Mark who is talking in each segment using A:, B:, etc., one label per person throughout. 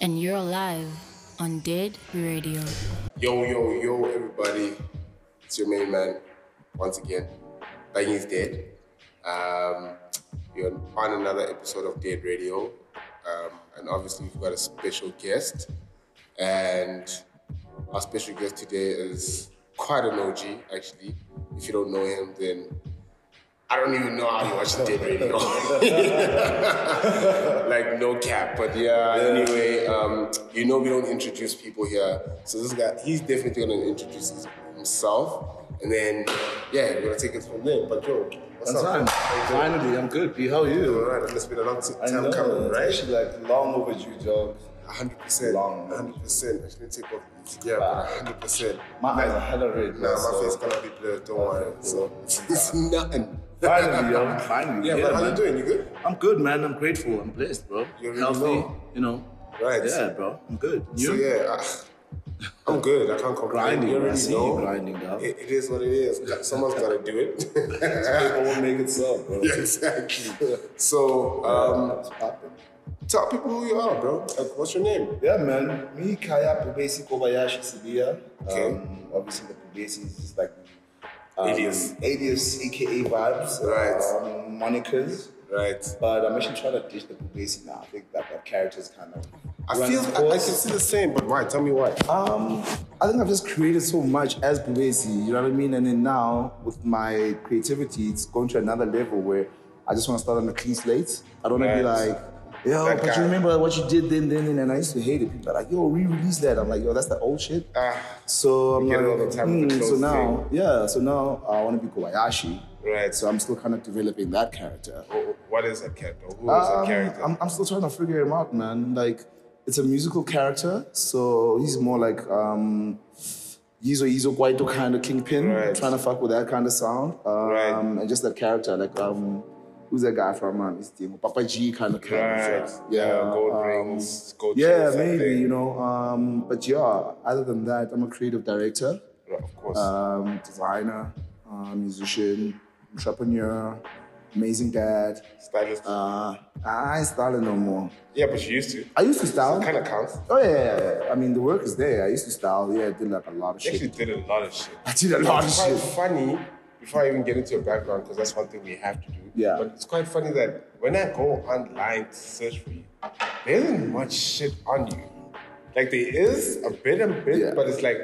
A: and you're alive on Dead Radio.
B: Yo, yo, yo, everybody. It's your main man once again. Bang is dead. Um, you're on another episode of Dead Radio. Um, and obviously, we've got a special guest. And our special guest today is quite an OG, actually. If you don't know him, then I don't even know how you watch Dead Radio. like no cap. But yeah, anyway, um, you know we don't introduce people here. So this guy, he's definitely gonna introduce his- himself, and then yeah, we're gonna take it from there. But yo, what's
C: Long
B: up?
C: time. Finally, I'm good. P, how are you?
B: Alright, it's been a long t-
C: I
B: time
C: know,
B: coming,
C: it's
B: right?
C: Actually, like long overdue job.
B: hundred percent,
C: Long.
B: hundred percent. I shouldn't take off. these. Yeah, but hundred percent.
C: My eyes are hella red.
B: Nah,
C: so-
B: my face gonna be blurred. Don't worry. So it's nothing.
C: Finally, yo. Finally.
B: Yeah, but how
C: man.
B: you doing? You good?
C: I'm good, man. I'm grateful. I'm blessed, bro.
B: You already
C: Healthy,
B: know.
C: you know.
B: Right.
C: Yeah, bro. I'm good. You?
B: So yeah, I, I'm good. I can't complain.
C: Grinding,
B: you
C: I
B: already
C: see
B: know.
C: you grinding, dog.
B: It, it is what it is. Someone's got to do it.
C: People will make it so, bro.
B: yeah, exactly. So, um,
C: It's popping.
B: tell people who you are, bro. Like, what's your name?
C: Yeah, man. Me, Kaya Pubesi Kobayashi Sidia.
B: Okay.
C: Um, obviously, the Pubesi is just like. Um,
B: Alias.
C: Alias, aka Vibes.
B: Right.
C: Um, monikers.
B: Right.
C: But I'm actually trying to ditch the Pubesi now. I think that that character's kind of.
B: I
C: run
B: feel
C: its
B: I, I can
C: course.
B: see the same, but why? Tell me why.
C: Um, I think I've just created so much as Buvesi, you know what I mean? And then now with my creativity, it's gone to another level where I just want to start on a clean slate. I don't want to be
B: Right.
C: like, yo,
B: That
C: but
B: guy.
C: you remember what you did then, then, then, and I used to hate it. People are like, yo, re-release that. I'm like, yo, that's the old shit.
B: Ah,
C: so I'm
B: we get it
C: like,
B: all the time with the
C: "Hmm," so
B: clothes
C: now, yeah, so now I want to be Kobayashi.
B: Right.
C: So I'm still kind of developing that character.
B: Ah. What is that character? Who is
C: Um, I'm, I'm still trying to figure him out, man. Like, it's a musical character, so he's more like um, Yizo Yizo Guaito kind of kingpin,
B: Right.
C: trying to fuck with that kind of sound, um,
B: Right.
C: and just that character, like um, who's that guy from? Um, his team, Papa G kind of character. Yeah, um,
B: gold
C: yeah, maybe you know. Um, but yeah, other than that, I'm a creative director,
B: Of course.
C: um, designer, uh, musician, entrepreneur, amazing dad.
B: Stylist.
C: Uh, I ain't styling no more.
B: yeah, but you used to.
C: I used to style.
B: Kind of counts.
C: Oh yeah, yeah, yeah. I mean the work is there. I used to style. Yeah, I did like a lot of
B: You actually
C: shit.
B: did a lot of shit.
C: I did a lot of
B: it's quite
C: shit.
B: funny before I even get into your background because that's one thing we have to do.
C: Yeah.
B: But it's quite funny that when I go online to search for you, there isn't much shit on you. Like there is a bit and bit,
C: Yeah.
B: but it's like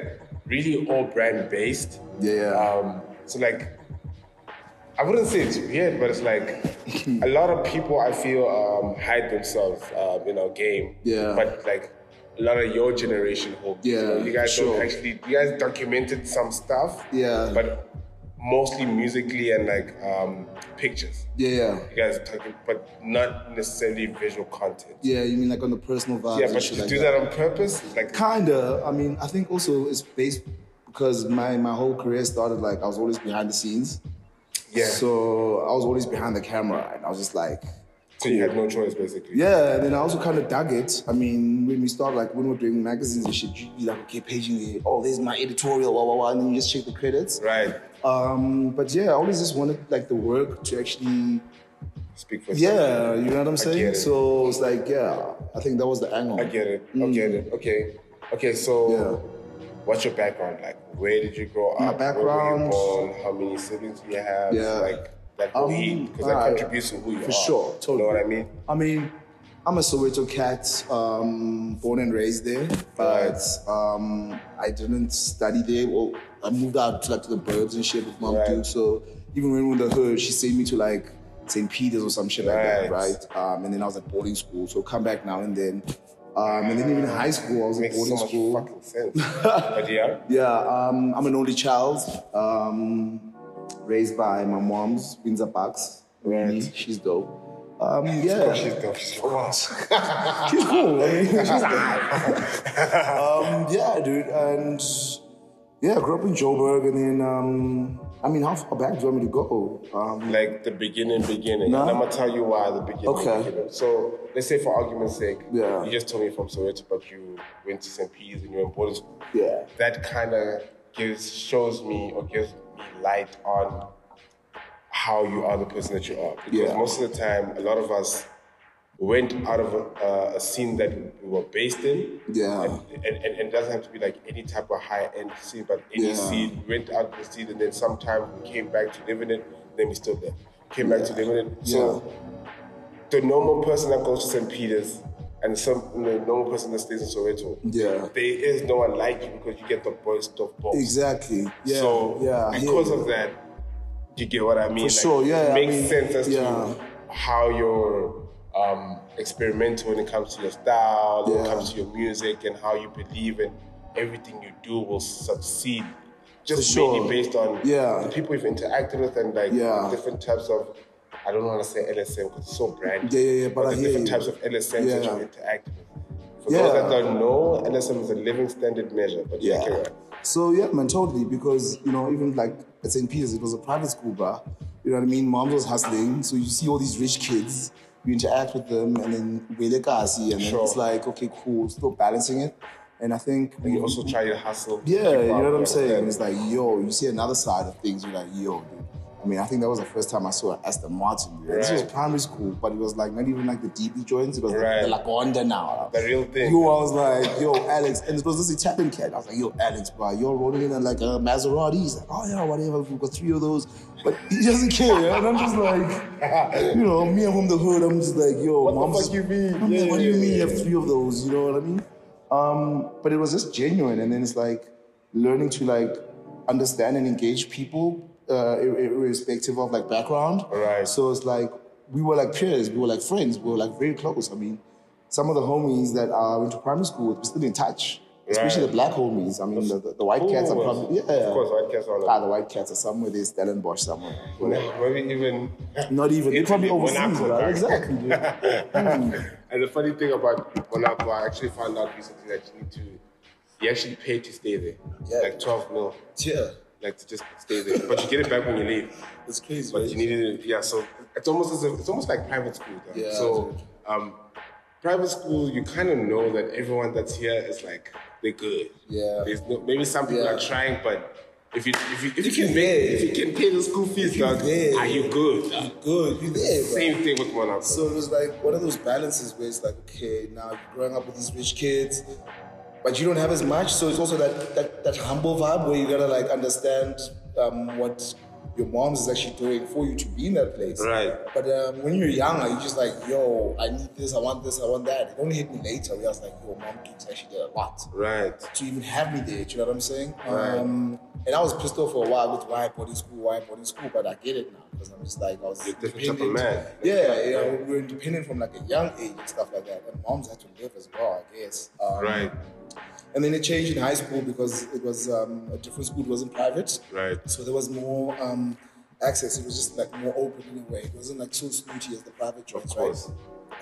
B: really all brand based.
C: Yeah.
B: Um, so like, I wouldn't say it's weird, but it's like a lot of people I feel um, hide themselves um, in our game.
C: Yeah.
B: But like a lot of your generation, hope.
C: Yeah,
B: You, know, you guys
C: sure.
B: don't actually. You guys documented some stuff.
C: Yeah.
B: But mostly musically and like um, pictures.
C: Yeah, yeah.
B: You guys talking, but not necessarily visual content.
C: Yeah, you mean like on the personal vibe?
B: Yeah,
C: and
B: but
C: shit
B: you
C: like
B: do that on purpose, like
C: Kinda. I mean, I think also it's based because my my whole career started like I was always behind the scenes.
B: yeah. So,
C: So I was always behind the camera, and I was just like,
B: you had no choice, basically.
C: Yeah, and then I also kind of dug it. I mean, when we start like when we're doing magazines and shit, you'd be like, okay, paging it. Oh, there's my editorial, blah blah blah, and then you just check the credits.
B: Right.
C: Um, but yeah, I always just wanted like the work to actually,
B: Speak for
C: yeah, you know what I'm saying.
B: get it.
C: So it's like, yeah, I think that was the angle.
B: I get it. I get it.
C: Mm.
B: Okay. Okay. So, what's your background like? Where did you grow up?
C: My
B: Where were you
C: background-
B: born? How many siblings do you have?
C: Yeah.
B: Like that
C: Um,
B: heat because that
C: alright.
B: contributes to who you are.
C: For sure,
B: You
C: totally.
B: know what I mean?
C: I mean, I'm a Soweto cat, um, born and raised there, but um, I didn't study there. Well, I moved out to like to the burbs and shit with mom
B: Right.
C: too. So even when we were in the hood, she sent me to like St. Peter's or some shit like
B: Right.
C: that, right? Um, and then I was at boarding school, so come back now and then. Um, and then even in high school, I was at
B: Makes so
C: boarding
B: much
C: school.
B: fucking sense. but yeah.
C: Yeah, um, I'm an only child, um, raised by my mom's Windsor Bucks. Really, She's dope. Um, yeah,
B: Oh, She's dope. She's dope.
C: she's cool. I mean, she's um, yeah, dude, and yeah, I grew up in Joburg, and then um, I mean, how far back do you want me to go? Um,
B: like the beginning, beginning.
C: No.
B: And I'm gonna tell you why the beginning.
C: Okay.
B: beginning. So let's say for argument's sake,
C: Yeah.
B: you just told me from Soweto, but you went to St. Peter's and you were in boarding school.
C: yeah,
B: that kind of gives shows me or gives me light on how you are the person that you are because
C: Yeah.
B: most of the time a lot of us went out of a, a scene that we were based in.
C: Yeah.
B: And, and, and, and it doesn't have to be like any type of high end scene, but any
C: Yeah.
B: scene, went out to the scene, and then sometime we came back to live in it, then we still there. Came back to live in it. So the normal person that goes to St. Peter's and some the normal person that stays in Soweto,
C: Yeah.
B: there is no one like you because you get the best of both.
C: Exactly. Yeah.
B: so
C: yeah. I hear
B: because
C: you.
B: of that, you get what I mean?
C: For sure, yeah,
B: It
C: I
B: makes
C: mean,
B: sense as
C: yeah.
B: to how you're um, experimental when it comes to your style, when it
C: Yeah.
B: comes to your music, and how you believe in everything you do will succeed. Just
C: For
B: mainly
C: sure.
B: based on
C: Yeah.
B: the people you've interacted with and like
C: Yeah.
B: different types of. I don't want to say LSM because it's so brand.
C: Yeah, yeah, yeah, but I
B: the
C: hear
B: different
C: you.
B: types of LSMs that
C: Yeah.
B: you interact with. For
C: Yeah.
B: those that don't know, LSM is a living standard measure, but yeah, carry on.
C: So yeah, man, totally. Because you know, even like at St. Peter's, it was a private school bar. You know what I mean? Moms was hustling, so you see all these rich kids. You interact with them, and then we like see, and then
B: Sure.
C: it's like, okay, cool, still balancing it. And I think
B: And
C: we
B: you also try to hustle. to
C: yeah,
B: keep
C: you
B: up,
C: know what I'm
B: understand?
C: saying? It's like, yo, you see another side of things. You're like, yo, dude. I mean, I think that was the first time I saw an Aston Martin. dude. This was
B: Right.
C: primary school, but it was like not even like the DB joints. It was
B: Right.
C: like the Lagonda now.
B: The real thing.
C: Yo, I was like, yo, Alex, and it was this Italian cat. I was like, yo, Alex, bro, you're rolling in a, like a Maserati. He's like, oh yeah, whatever. We've got three of those, but he doesn't care. And I'm just like, you know, me and from the hood. I'm just like, yo,
B: the
C: mom's-
B: fuck you mean?
C: I'm like,
B: Yeah,
C: what do you
B: yeah,
C: mean?
B: yeah,
C: You have
B: yeah.
C: three of those. You know what I mean? Um, but it was just genuine, and then it's like learning to like understand and engage people, uh, ir- ir- irrespective of like background.
B: Right.
C: So it's like we were like peers, we were like friends, we were like very close. I mean, some of the homies that I went to primary school with, we're still in touch. Especially
B: Right.
C: the black homies. I mean, the, the, the white
B: Cool
C: cats are
B: ones.
C: probably yeah.
B: Of course, white cats are
C: Ah,
B: like,
C: the white cats are somewhere. They're Stellenbosch somewhere.
B: maybe even
C: Not even. They're probably
B: Italy,
C: overseas,
B: Monaco,
C: right?
B: like.
C: Exactly. dude. Hmm.
B: And the funny thing about Monaco, I actually found out recently that you need to, you actually pay to stay there,
C: Yeah.
B: like twelve mil,
C: yeah,
B: like to just stay there. But you get it back when you leave.
C: it's crazy.
B: But
C: right?
B: you needed, yeah. So it's almost as if, it's almost like private school. Though.
C: Yeah,
B: So um, private school, you kind of know that everyone that's here is like they're good.
C: Yeah.
B: There's no, maybe some people
C: Yeah.
B: are trying, but if you if you, if you
C: If
B: can
C: you're
B: make
C: there.
B: if you can pay the school fees, dog,
C: there.
B: are you good? dog?
C: good. You there, bro.
B: Same thing with Monaco.
C: So it was like one of those balances where it's like, okay, now you're growing up with these rich kids, but you don't have as much. So it's also that that, that humble vibe where you gotta like understand um, what your mom's is actually doing for you to be in that place.
B: Right.
C: But um, when you're younger, you're just like, yo, I need this, I want this, I want that. It only hit me later. Where I was like, yo, mom gives actually did a lot
B: right.
C: to even have me there. Do you know what I'm saying? Um, and I was pissed off for a while with why I boarding school, why I boarding school, but I get it now because I'm just like I was
B: You're a different type of
C: dependent.
B: man.
C: Yeah, you know, we were independent from like a young age and stuff like that. And moms had to live as well, I guess. Um,
B: Right.
C: And then it changed in high school because it was um, a different school. It wasn't private,
B: Right.
C: So there was more um, access. It was just like more open in a way. It wasn't like so snooty as the private jobs, right?
B: course.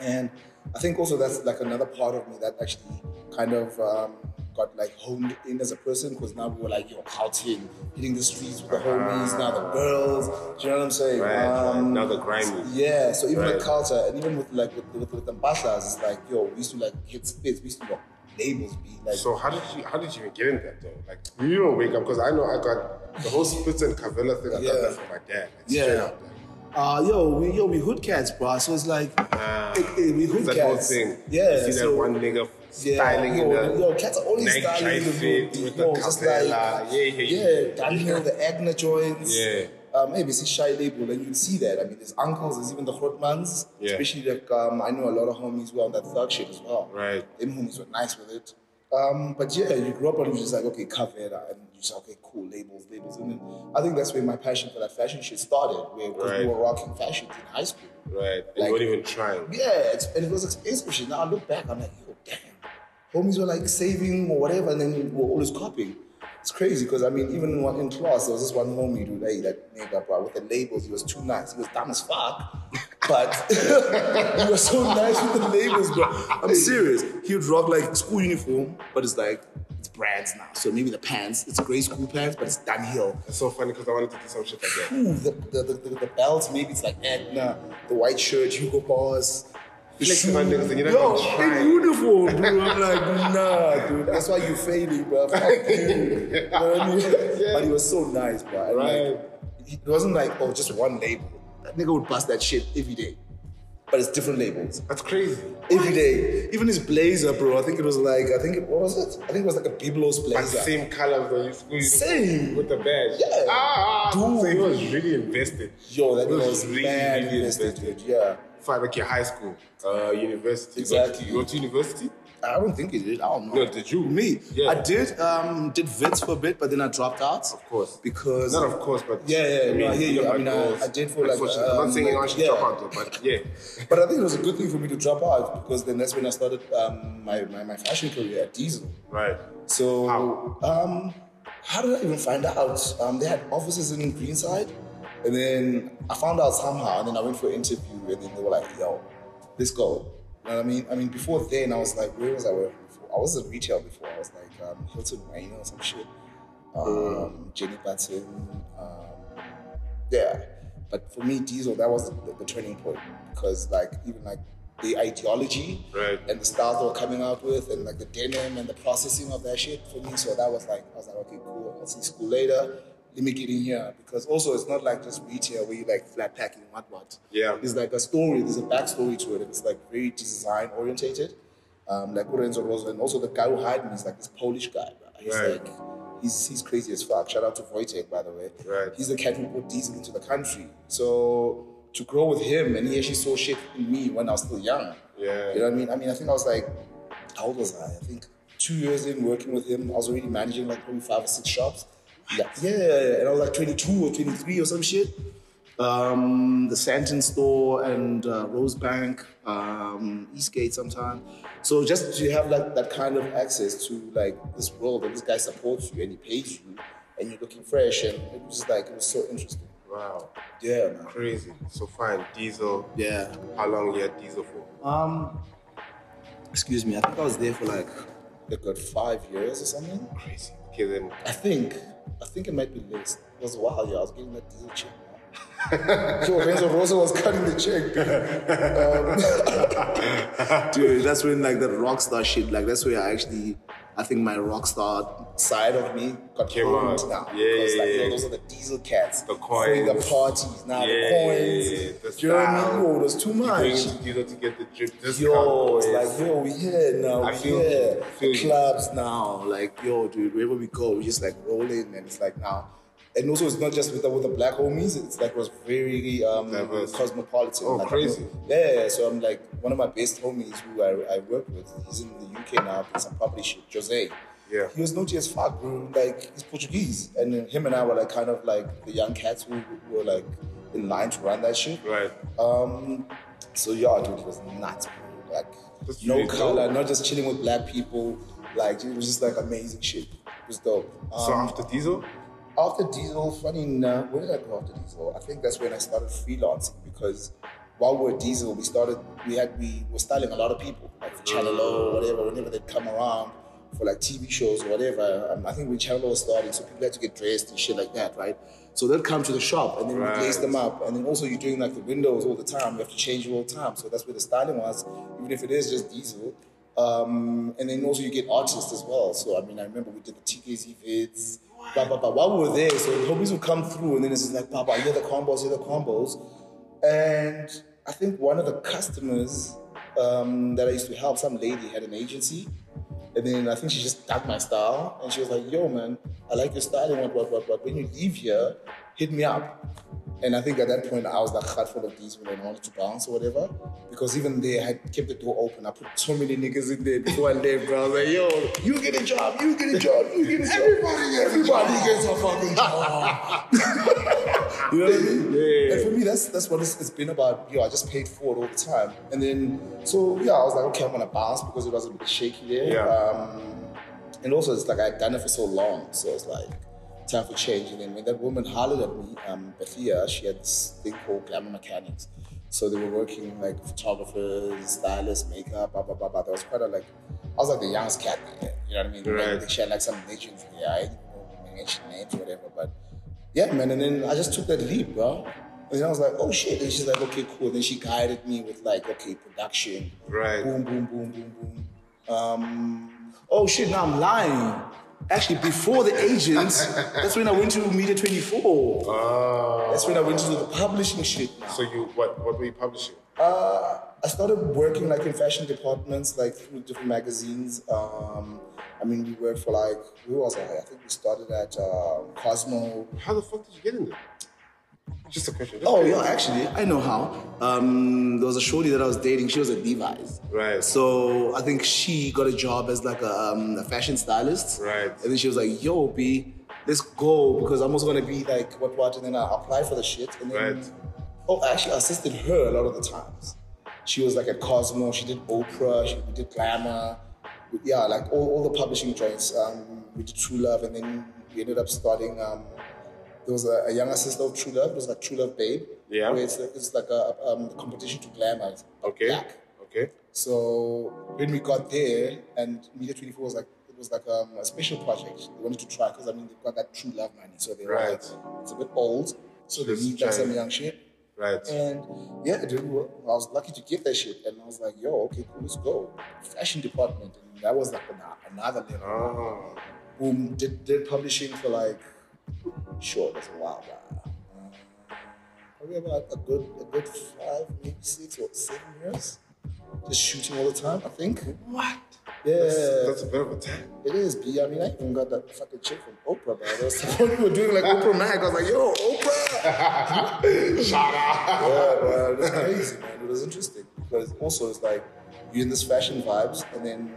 C: And I think also that's like another part of me that actually kind of um, got like honed in as a person because now we were like, yo, outing, hitting the streets with the homies, now the girls. Do you know what I'm saying?
B: Uh-huh.
C: Um,
B: Right, right. Now the grimy.
C: Yeah, so even
B: Right.
C: the culture and even with like with, with, with the ambassadors, it's like, yo, we used to like hit spits, we used to like labels be like,
B: So how did you how did you even get in that though? Like you don't wake up because I know I got the whole Spitz and Cavella thing. I
C: Yeah.
B: got that from my dad. Like,
C: Yeah.
B: Straight up. Like,
C: uh, yo, we yo, we hood cats, bro. So it's like, it, it, we
B: Ah,
C: hood
B: It's that whole
C: cats.
B: thing.
C: Yeah,
B: You see
C: so-
B: that one nigga
C: Yeah,
B: styling
C: yo,
B: in the
C: yo, cats are always
B: neck
C: styling in
B: tri-fit
C: the
B: with
C: hood.
B: the
C: Yo, just like
B: Capella. Yeah, yeah, yeah.
C: Daniel, the Agner joints.
B: Yeah.
C: Um, ABC Shy label, and you see that. I mean, there's uncles, there's even the Hotmans.
B: Yeah.
C: Especially like um, I know a lot of homies who are on that thug shit as well.
B: Right.
C: Them homies were nice with it. Um, but yeah, you grew up and you're just like, okay, Cavera, and you say, okay, cool, labels, labels. And then I think that's where my passion for that fashion shit started, where 'cause
B: Right.
C: we were rocking fashions in high school.
B: Right. And
C: Like-
B: you weren't even trying.
C: Yeah, it's, and it was expensive shit. Now I look back, I'm like, yo, damn. Homies were like saving or whatever, and then we're always copying. It's crazy because I mean, even in, one, in class, there was this one homie dude, hey, that nigga, bro, with the labels, he was too nice. He was dumb as fuck, but he was so nice with the labels, bro. I'm serious. He would rock like school uniform, but it's like, it's brands now. So maybe the pants, it's gray school pants, but it's downhill.
B: It's so funny because I wanted to do some shit like that.
C: Ooh, the, the, the, the, the belt, maybe it's like Edna, the white shirt, Hugo Boss. the
B: Flex
C: shoe.
B: on niggas and you're not
C: Yo,
B: even
C: in
B: trying.
C: uniform, bro. I'm like, nah, dude. That's why you're failing, bro. Fuck you. You know what I mean?
B: Yeah.
C: But he was so nice, bro. And
B: Right.
C: Like, it wasn't like, oh, just one label. That nigga would bust that shit every day. but it's different labels.
B: That's crazy.
C: Every day, even his blazer, bro. I think it was like, I think it what was it? I think it was like a Biblos
B: But
C: blazer.
B: same color of the school uniform
C: Same.
B: with the badge.
C: Yeah.
B: Ah,
C: Dude.
B: so he was really invested.
C: Yo, that
B: He
C: was mad invested, dude, yeah.
B: Fine, like your high school, uh, university. You got-
C: Exactly.
B: You go to university?
C: I don't think he did. I don't know.
B: No, did you?
C: Me?
B: Yeah.
C: I did. Um, did Vince for a bit, but then I dropped out.
B: Of course.
C: Because
B: Not of course, but
C: Yeah, yeah,
B: I
C: no,
B: mean,
C: I hear you.
B: look
C: I
B: at
C: mean, I-
B: those.
C: I did feel like,
B: Unfortunately, I'm
C: um,
B: not saying anyone should
C: yeah.
B: drop out, though, but yeah,
C: But I think it was a good thing for me to drop out because then that's when I started um, my, my, my fashion career at Diesel.
B: right.
C: So,
B: How?
C: um, how did I even find out? Um, they had offices in Greenside, and then I found out somehow, and then I went for an interview, and then they were like, "Yo, let's go." You know what I mean? I mean, before then, I was like, "Where was I working before?" I was in retail before. I was like um, Hilton Wayne or some shit. Um, Jenny Button, um, yeah. But for me, Diesel, that was the, the turning point because, like, even like the ideology
B: Right.
C: and the styles they were coming out with, and like the denim and the processing of that shit for me. So that was like, I was like, okay, cool. I'll see school later. Let me get in here because also it's not like just retail where you like flat packing what what.
B: Yeah.
C: There's like a story. There's a backstory to it. It's like very design orientated. Um, like Lorenzo Rosa, and also the guy who hired me is like this Polish guy. Bro. He's
B: Right.
C: like, he's, he's crazy as fuck. Shout out to Wojtek, by the way.
B: Right.
C: He's the cat who put diesel into the country. So to grow with him, and he actually saw shit in me when I was still young.
B: Yeah.
C: You know what I mean? I mean, I think I was like, how old was I? I think two years in working with him, I was already managing like probably five or six shops. Yeah. Yeah. And I was like 22 or 23 or some shit. Um, the Santon store and uh, Rosebank, um, Eastgate sometime. So just to have like that kind of access to like this world and this guy supports you and he pays you and you're looking fresh and it was just like it was so interesting.
B: Wow,
C: Yeah, man.
B: crazy. So fine, Diesel.
C: Yeah.
B: How long you had Diesel for?
C: Um, excuse me. I think I was there for like a good five years or something.
B: Crazy. Okay, then
C: I think. I think it might be less. It was a while, yeah. I was getting that diesel check. man. Yo, Renzo Rosa was cutting the check, dude. Um, dude, that's when like that rock star shit. Like that's where I actually, I think my rock star side of me got
B: Came
C: honed
B: out.
C: now.
B: Yeah,
C: because like
B: yeah,
C: you know,
B: yeah.
C: those are the diesel cats.
B: The
C: throwing The
B: coins.
C: parties now.
B: Yeah,
C: the coins.
B: yeah, yeah. The
C: Do you know what I mean?
B: style.
C: Yo, there's too much.
B: going to Diesel to get the drip discount.
C: Yo, it's
B: boys.
C: like, yo, we here now.
B: I
C: we
B: feel you.
C: here.
B: I feel
C: The
B: you.
C: clubs now. Like, yo, dude, wherever we go, we just like rolling and it's like now. And also, it's not just with the, with the black homies. It's like was very um,
B: Diverse.
C: cosmopolitan.
B: Oh,
C: Like,
B: crazy.
C: Yeah. So I'm like one of my best homies who I, I work with. He's in the UK now. Doing some property shit. Jose.
B: Yeah.
C: He was naughty as fuck, bro. Like he's Portuguese, and then him and I were like kind of like the young cats who, who were like in line to run that shit.
B: right.
C: Um, so yeah, dude, it was nuts. bro. Like
B: That's
C: no
B: really
C: color,
B: dope.
C: not just chilling with black people. Like it was just like amazing shit. It was dope.
B: so
C: Um,
B: after Diesel,
C: after Diesel, funny enough, where did I go after Diesel? I think that's when I started freelancing because while we were Diesel, we started we had we were styling a lot of people like for Channel O,
B: Mm.
C: whatever. Whenever they'd come around for like TV shows or whatever, um, I think when Channel O was starting, so people had to get dressed and shit like that, right? So they'd come to the shop and then
B: Right.
C: we lace them up, and then also you're doing like the windows all the time. You have to change it all the time, so that's where the styling was, even if it is just Diesel. Um, and then also you get artists as well. So I mean, I remember we did the TKZ vids. Blah, blah, blah. While we were there, so the homies would come through, and then it's just like, Papa, you're the combos, you're the combos. And I think one of the customers um, that I used to help, some lady had an agency. And then I think she just dug my style and she was like, yo, man, I like your style and what, what, what, what. When you leave here, hit me up. And I think at that point, I was like heart full of these when I wanted to bounce or whatever. Because even there, I had kept the door open. I put so many niggas in there before I left, bro. I was like, yo, you get a job, you get a job, you get a job. Everybody gets Everybody gets a fucking job. you know what I mean?
B: Yeah.
C: And for me, that's that's what it's, it's been about. Yo, I just paid for it all the time. And then, so yeah, I was like, okay, I'm going to bounce because it was a bit shaky there.
B: Yeah.
C: Um, and also, it's like I'd done it for so long, so it's like time for change. And then when that woman hollered at me, um, Bethia, she had this thing called Glamour Mechanics. So they were working like photographers, stylists, makeup, blah blah blah. blah. There was quite a like, I was like the youngest cat there. You know what I mean?
B: Right.
C: Like, she had like some legends there. I didn't know my ancient names or whatever, but yeah, man. And then I just took that leap, bro. And then I was like, oh shit. And she's like, okay, cool. Then she guided me with like, okay, production,
B: Right.
C: boom, boom, boom, boom, boom. Um, oh shit, now I'm lying. Actually, before the agents, that's when I went to Media 24. That's when I went to the publishing shit.
B: Ah. So you what what were you publishing?
C: Uh, I started working like in fashion departments, like through different magazines. Um, I mean, we worked for like who was I? I think we started at um, Cosmo.
B: How the fuck did you get in there? Just a question. just
C: Oh
B: curious.
C: yeah, actually, I know how. Um, there was a shorty that I was dating. She was at Levi's.
B: Right.
C: So I think she got a job as like a, um, a fashion stylist.
B: Right.
C: And then she was like, "Yo, B, let's go because I'm also gonna be like what what." And then I applied for the shit. And then,
B: Right.
C: Oh, I actually assisted her a lot of the times. She was like at Cosmo. She did Oprah. She we did Glamour. We- Yeah, like all, all the publishing joints. Um, we did True Love, and then we ended up starting. Um, there was a, a younger sister of True Love. It was like True Love Babe.
B: Yeah.
C: Where it's, it's like a um, competition to glamour. It's about
B: Okay.
C: Oh, black.
B: Okay.
C: So when we got there, and Media 24 was like, it was like um, a special project. They wanted to try because I mean they've got that True Love money, so they were like,
B: Right.
C: it's a bit old, so they
B: Just
C: need like
B: try
C: some
B: it.
C: young shit.
B: Right.
C: And yeah, dude, I was lucky to get that shit, and I was like, yo, okay, cool, let's go. Fashion department, and that was like an- another level
B: Oh.
C: boom, Um, did, did publishing for like, sure, that's a while, but, uh, probably about a good, a good five, maybe six or seven years. Just shooting all the time, I think.
B: What?
C: Yeah,
B: That's a bit of a time.
C: it is, B. I mean, I even got that fucking chick from Oprah, bro. There was someone who were doing like Oprah Mag. I was like, yo, Oprah!
B: Shout out.
C: Yeah, bro, it was crazy, man. It was interesting because also it's like you're in this fashion vibes, and then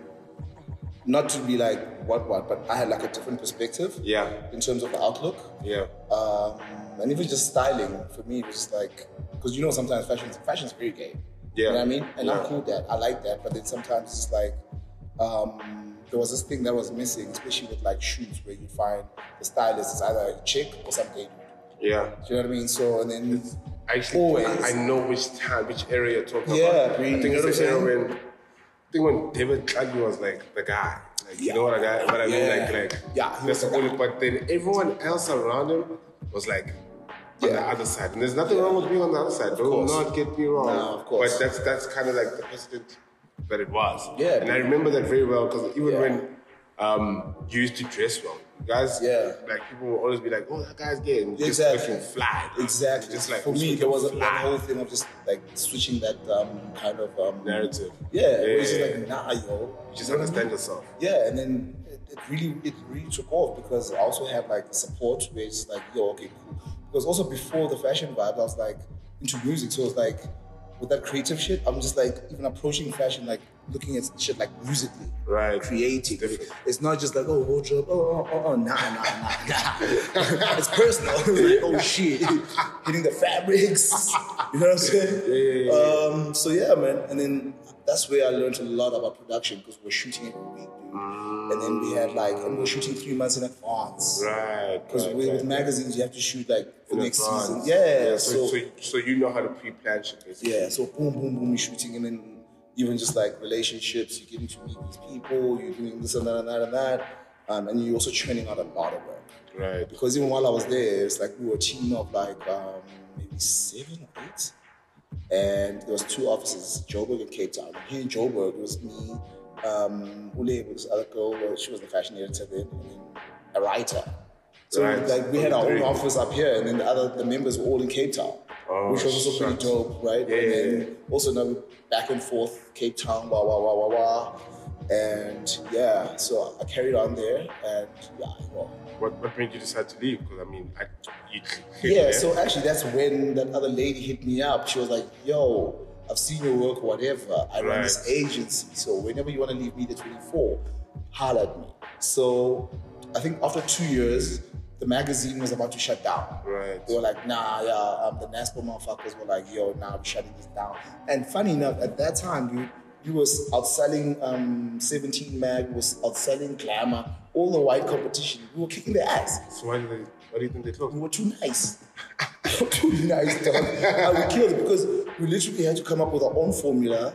C: not to be like what what, but I had like a different perspective.
B: Yeah.
C: In terms of outlook,
B: Yeah.
C: um, and even just styling for me it was just like because you know sometimes fashion's fashion's very gay.
B: Yeah.
C: You know what I mean? And I'm
B: Yeah.
C: cool with that. I like that, but then sometimes it's like um, there was this thing that was missing, especially with like shoes, where you find the stylist is either a chick or some gay dude.
B: Yeah.
C: Do you know what I mean? So and then
B: Actually,
C: Always.
B: I, I know which time, which area you're talking
C: Yeah,
B: about.
C: we-
B: I think
C: you know
B: it's the
C: what I'm
B: era when, I think when David Clarke was like the guy. Like, You know what I, got, what I mean?
C: Yeah.
B: Like, like
C: Yeah,
B: that's
C: he was
B: the
C: the
B: only. But then everyone else around him was like on the
C: Yeah.
B: other side, and there's nothing wrong with being on the other side. Do
C: course.
B: not get me wrong.
C: No, of course.
B: But that's that's kind of like the precedent that it was.
C: Yeah,
B: and I
C: man.
B: remember that very well because even
C: Yeah.
B: when um, you used to dress well, you guys,
C: Yeah.
B: like people will always be like, "Oh, that guy's gay," and you just
C: Exactly.
B: looking fly.
C: Exactly.
B: Just like
C: for me,
B: looking
C: there was a,
B: fly.
C: that whole thing of just like switching that um, kind of um,
B: narrative.
C: Yeah, where it's
B: yeah.
C: just like nah, yo.
B: You just understand yourself.
C: Yeah, and then it, it really it really took off because I also had like support where it's like yo, okay, cool. Because also before the fashion vibe, I was like into music, so it's like with that creative shit, I'm just like even approaching fashion, like looking at shit like musically.
B: Right.
C: Creating.
B: It's different.
C: It's not just like, oh, wardrobe, oh, oh, oh, oh, nah, nah, nah, nah. it's personal. It's like, oh, shit. Hitting the fabrics. You know what I'm saying?
B: Yeah, yeah, yeah,
C: Um, so, yeah, man. And then that's where I learned a lot about production because we're shooting every week, dude. And then we had like, and we're shooting three months in advance.
B: Right.
C: Because
B: right,
C: with
B: right.
C: magazines, you have to shoot like for
B: In
C: next
B: advance.
C: season. Yeah.
B: so, so, so you know how to pre-plan shit. Basically.
C: yeah, so boom, boom, boom, you're shooting, and then even just like relationships, you're getting to meet these people, you're doing this and that and that and that, um, and you're also churning out a lot of work.
B: Right.
C: Because even while I was there, it's like we were a team of like um, maybe seven or eight, and there was two offices, Joburg and Cape Town. Here in Joburg, it was me, um, Ule was this other girl, well, she was the fashion editor then, and then a writer. So
B: Right.
C: like we had our own
B: Three.
C: office up here, and then the other the members were all in Cape Town,
B: Oh,
C: which was also pretty
B: shucks.
C: dope, right?
B: Yeah,
C: and
B: yeah,
C: then
B: yeah.
C: also now we're back and forth, Cape Town, wah wah wah wah wah, and yeah. So I carried on there, and yeah, well,
B: What What made you decide to leave? Because I mean, I, you,
C: yeah, so actually, that's when that other lady hit me up. She was like, "Yo, I've seen your work, whatever. I run this
B: Right.
C: agency, so whenever you want to leave me the 24, holler at me." So, I think after two years, the magazine was about to shut down.
B: Right.
C: They were like, "Nah, yeah." Um, the NASPO motherfuckers were like, "Yo, nah, we're shutting this down." And funny enough, at that time, dude, we was outselling um, 17 Mag, was outselling Glamour, all the white competition. We were kicking their ass.
B: So why do they? Why do you think they
C: We
B: closed?
C: were too nice. We were too nice, dog. I would kill it because we literally had to come up with our own formula,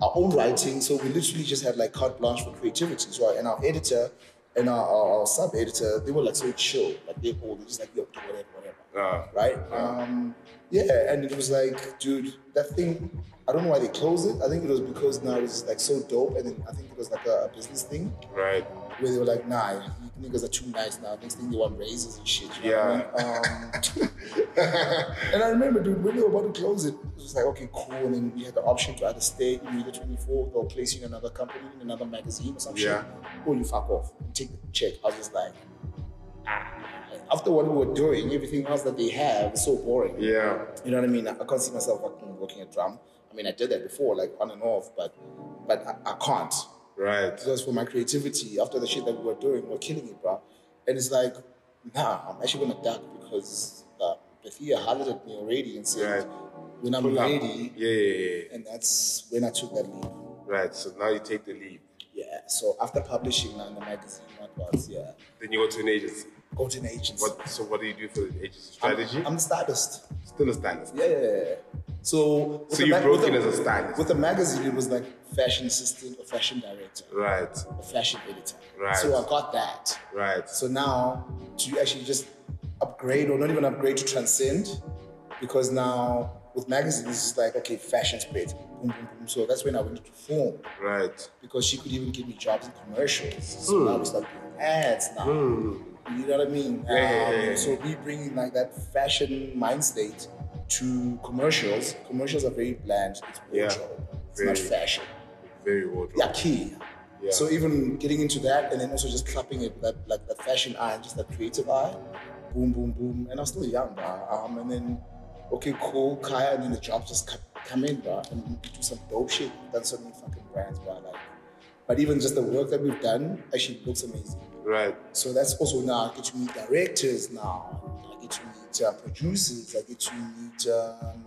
C: our own writing. So we literally just had like carte blanche for creativity. So and our editor and our, our, sub editor, they were like so chill. Like they all they just like, yo, do whatever, whatever.
B: Yeah.
C: right? Um, yeah, and it was like, dude, that thing. I don't know why they closed it. I think it was because now it's like so dope, and then I think it was like a, a business thing
B: Right.
C: where they were like, nah, you niggas are too nice now. Next thing they want raises and shit. you know
B: Yeah.
C: what I mean? Um, and I remember, dude, when they were about to close it, it was like, okay, cool. And then you had the option to either stay in either 24 or place you in another company, in another magazine or some
B: Yeah.
C: shit, or you fuck off and take the check. I was just like, ah. After what we were doing, everything else that they have is so boring.
B: Yeah.
C: You know what I mean? I, I can't see myself fucking working a drum. I mean, I did that before, like on and off, but but I, I can't
B: Right.
C: because for my creativity after the shit that we were doing, we're killing it, bro. And it's like, nah, I'm actually gonna duck because uh, Bethia hollered at me already and said,
B: Right.
C: when I'm
B: Pull up.
C: ready,
B: Yeah, yeah, yeah.
C: and that's when I took that leap.
B: Right. So now you take the lead.
C: Yeah. So after publishing now in the magazine, what was yeah,
B: Then you go to an agency.
C: go to an agency.
B: What? So what do you do for the agency
C: I'm,
B: strategy?
C: I'm the stylist.
B: Still a stylist.
C: Yeah. So. with
B: So
C: the
B: you
C: mag-
B: broke
C: with
B: in
C: the-
B: as a stylist.
C: With the magazine, it was like fashion assistant or fashion director
B: Right.
C: or fashion editor.
B: Right.
C: So I got that.
B: Right.
C: So now to actually just upgrade or not even upgrade to transcend, because now with magazines it's like okay, fashion spread. Boom, boom, boom. So that's when I went to film
B: Right.
C: because she could even give me jobs in commercials. So
B: Hmm.
C: now we start doing ads now. You know what I mean? Um,
B: Yeah, yeah, yeah, yeah.
C: So we bring like that fashion mind state to commercials. Commercials are very bland. It's
B: Yeah.
C: wardrobe. It's not
B: Very.
C: fashion
B: Very wardrobe.
C: yeah, key.
B: Yeah.
C: So even getting into that and then also just clapping it that like that fashion eye and just that creative eye, boom, boom, boom. And I was still young, bro. Um, and then okay, cool, Kaya, and then the jobs just come, come in, bro, and do some dope shit. We've done so many fucking brands, bro. Like, but even just the work that we've done actually looks amazing.
B: Right.
C: So that's also now I get to meet directors now. I get to meet uh, producers. I get to meet um,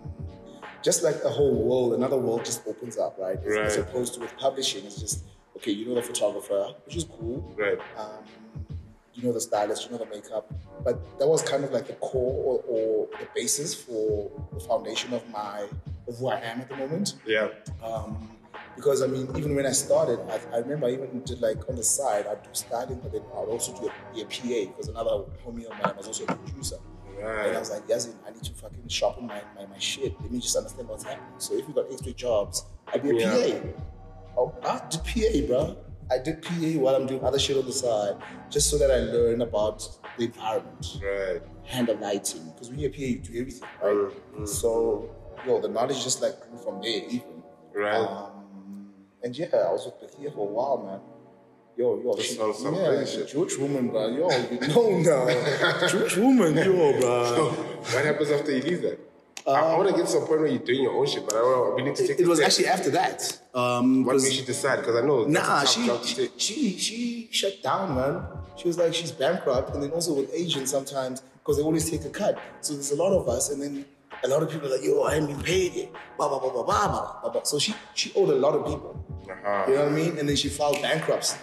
C: just like a whole world. Another world just opens up, right? As, as
B: Right.
C: opposed to with publishing, it's just okay. You know the photographer, which is cool.
B: Right.
C: Um, you know the stylist. You know the makeup. But that was kind of like the core or, or the basis for the foundation of my of who I am at the moment
B: Yeah.
C: um, because I mean, even when I started, I, I remember I even did like on the side, I'd do styling, but then I'd also do a, be a PA because another homie of mine was also a producer. And I
B: Right.
C: was like, yes, I need to fucking sharpen my, my, my shit. Let me just understand what's happening. So if you got extra jobs, I'll be a
B: Yeah.
C: PA. I'll, I did PA, bro. I did PA while I'm doing other shit on the side, just so that I learn about the environment
B: Right.
C: handle lighting because when you're a PA, you do everything, right? So, yo, the knowledge just like grew from there, even.
B: Right.
C: Um, and yeah, I was with Bethia for a while, man. Yo, yo, she,
B: sounds some
C: yeah,
B: crazy shit.
C: Jewish woman, bro. Yo, you know now, Jewish woman, yo, bro.
B: what happens after you leave that? I, want to get to a point where you're doing your own shit, but I don't know. We need to take
C: um, It
B: the
C: was
B: step.
C: actually after that. Um,
B: what
C: 'cause-
B: makes you decide? Because I know that's a
C: Nah,
B: tough
C: she,
B: job to
C: she
B: take.
C: she she shut down, man. She was like, she's bankrupt, and then also with agents sometimes because they always take a cut. So there's a lot of us, and then a lot of people are like, yo, I haven't been paid yet. Blah blah blah blah blah blah blah. blah. So she she owed a lot of people.
B: Uh-huh.
C: You know what I mean? And then she filed bankruptcy.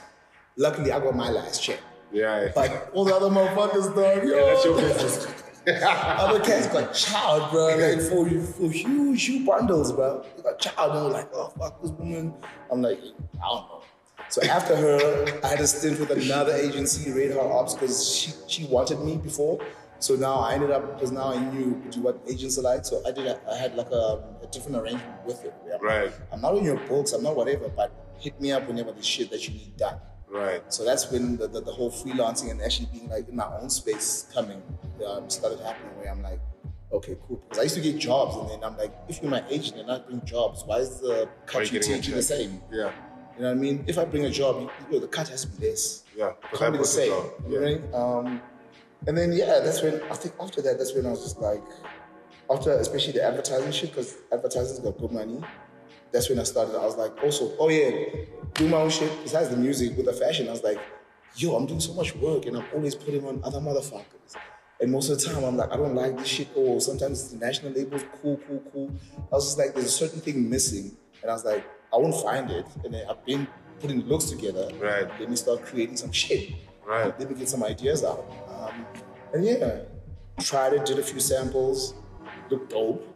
C: Luckily, I got my last check.
B: Yeah.
C: But all the other motherfuckers, dog, yo,
B: yeah, that's your business.
C: other cats got child, bro. Like for for huge, huge bundles, bro. They got child, and we're like, oh fuck this woman. I'm like, I don't know. So after her, I had a stint with another agency, Radar Ops, because she she wanted me before. So now I ended up because now I knew what agents are like. So I did. A, I had like a, a different arrangement with it. where I'm like,
B: Right.
C: I'm not on your books. I'm not whatever. But hit me up whenever the shit that you need done.
B: Right.
C: So that's when the, the, the whole freelancing and actually being like in my own space coming um, started happening where I'm like, okay, cool. Because I used to get jobs and then I'm like, if you're my agent and I bring jobs, why is the
B: Why are
C: cut
B: you
C: you
B: getting a
C: take you the
B: check?
C: same?
B: Yeah.
C: You know what I mean? If I bring a job, you, you know, the cut has to be this.
B: Yeah, 'cause I
C: Can't be the
B: brought the
C: same.
B: job,
C: you know what I mean? Um, and then yeah, that's when I think after that, that's when I was just like, after especially the advertising shit, because advertising's got good money. That's when I started. I was like, also, oh yeah, do my own shit besides the music with the fashion. I was like, yo, I'm doing so much work and I'm always putting on other motherfuckers. And most of the time, I'm like, I don't like this shit. Or sometimes it's the national labels, cool, cool, cool. I was just like, there's a certain thing missing, and I was like, I won't find it. And then I've been putting looks together.
B: Right.
C: Let me start creating some shit.
B: Right.
C: Let me get some ideas out. Um, and yeah, tried it, did a few samples, looked dope.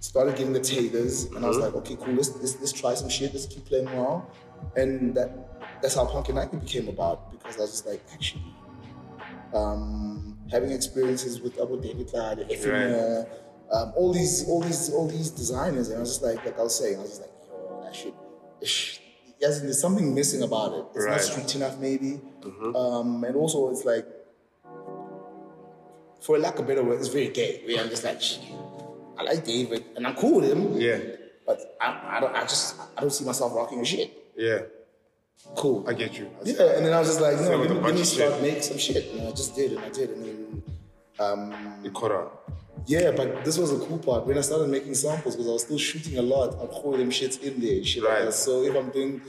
C: Started getting the taters, and I
B: Mm-hmm.
C: was like, okay, cool, let's, let's, let's try some shit, let's keep playing around. And that that's how Punk and Nike became about because I was just like, actually, um, having experiences with Abu David Lad,
B: Right.
C: Effing, uh, um, all these, all these, all these designers, and I was just like, like I was saying, I was just like, yo, that shit, it sh- yes, there's something missing about it. It's
B: Right. Mm-hmm.
C: not street enough, maybe, um, and also it's like, for lack of better word, it's very gay. Where I'm just like, shit, I like David, and I'm cool with him,
B: Yeah.
C: but I, I don't, I just, I don't see myself rocking your shit.
B: Yeah.
C: Cool.
B: I get you.
C: Yeah, and then I was just like,
B: Same
C: no,
B: with
C: let
B: the
C: me, let me
B: budget
C: start
B: shit.
C: make some shit. And I just did, and I did. And then,
B: It caught up.
C: yeah, but this was the cool part. When I started making samples, because I was still shooting a lot, I'd hold them shits in there and shit
B: Right.
C: like that. So if I'm doing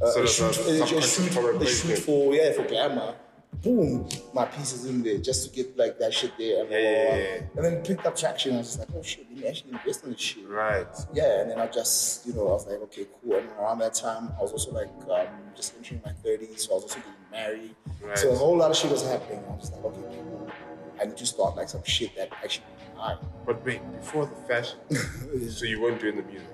C: uh,
B: Sort
C: a
B: of
C: shoot,
B: a
C: a, a
B: subcontract for
C: shoot, a shoot
B: replacement.
C: for, yeah, for glamour, boom, my piece is in there just to get like that shit there. And,
B: Yeah, yeah, yeah,
C: and then it picked up traction. I was just like, oh shit, let me actually invest in this shit.
B: Right.
C: yeah, and then I just, you know, I was like, okay, cool. And around that time, I was also like, um, just entering my 30s, so I was also getting married.
B: Right.
C: So a whole lot of shit was happening. I was just like, okay, cool. I need to start like some shit that actually be mine.
B: But wait, before the fashion, so you weren't doing the music.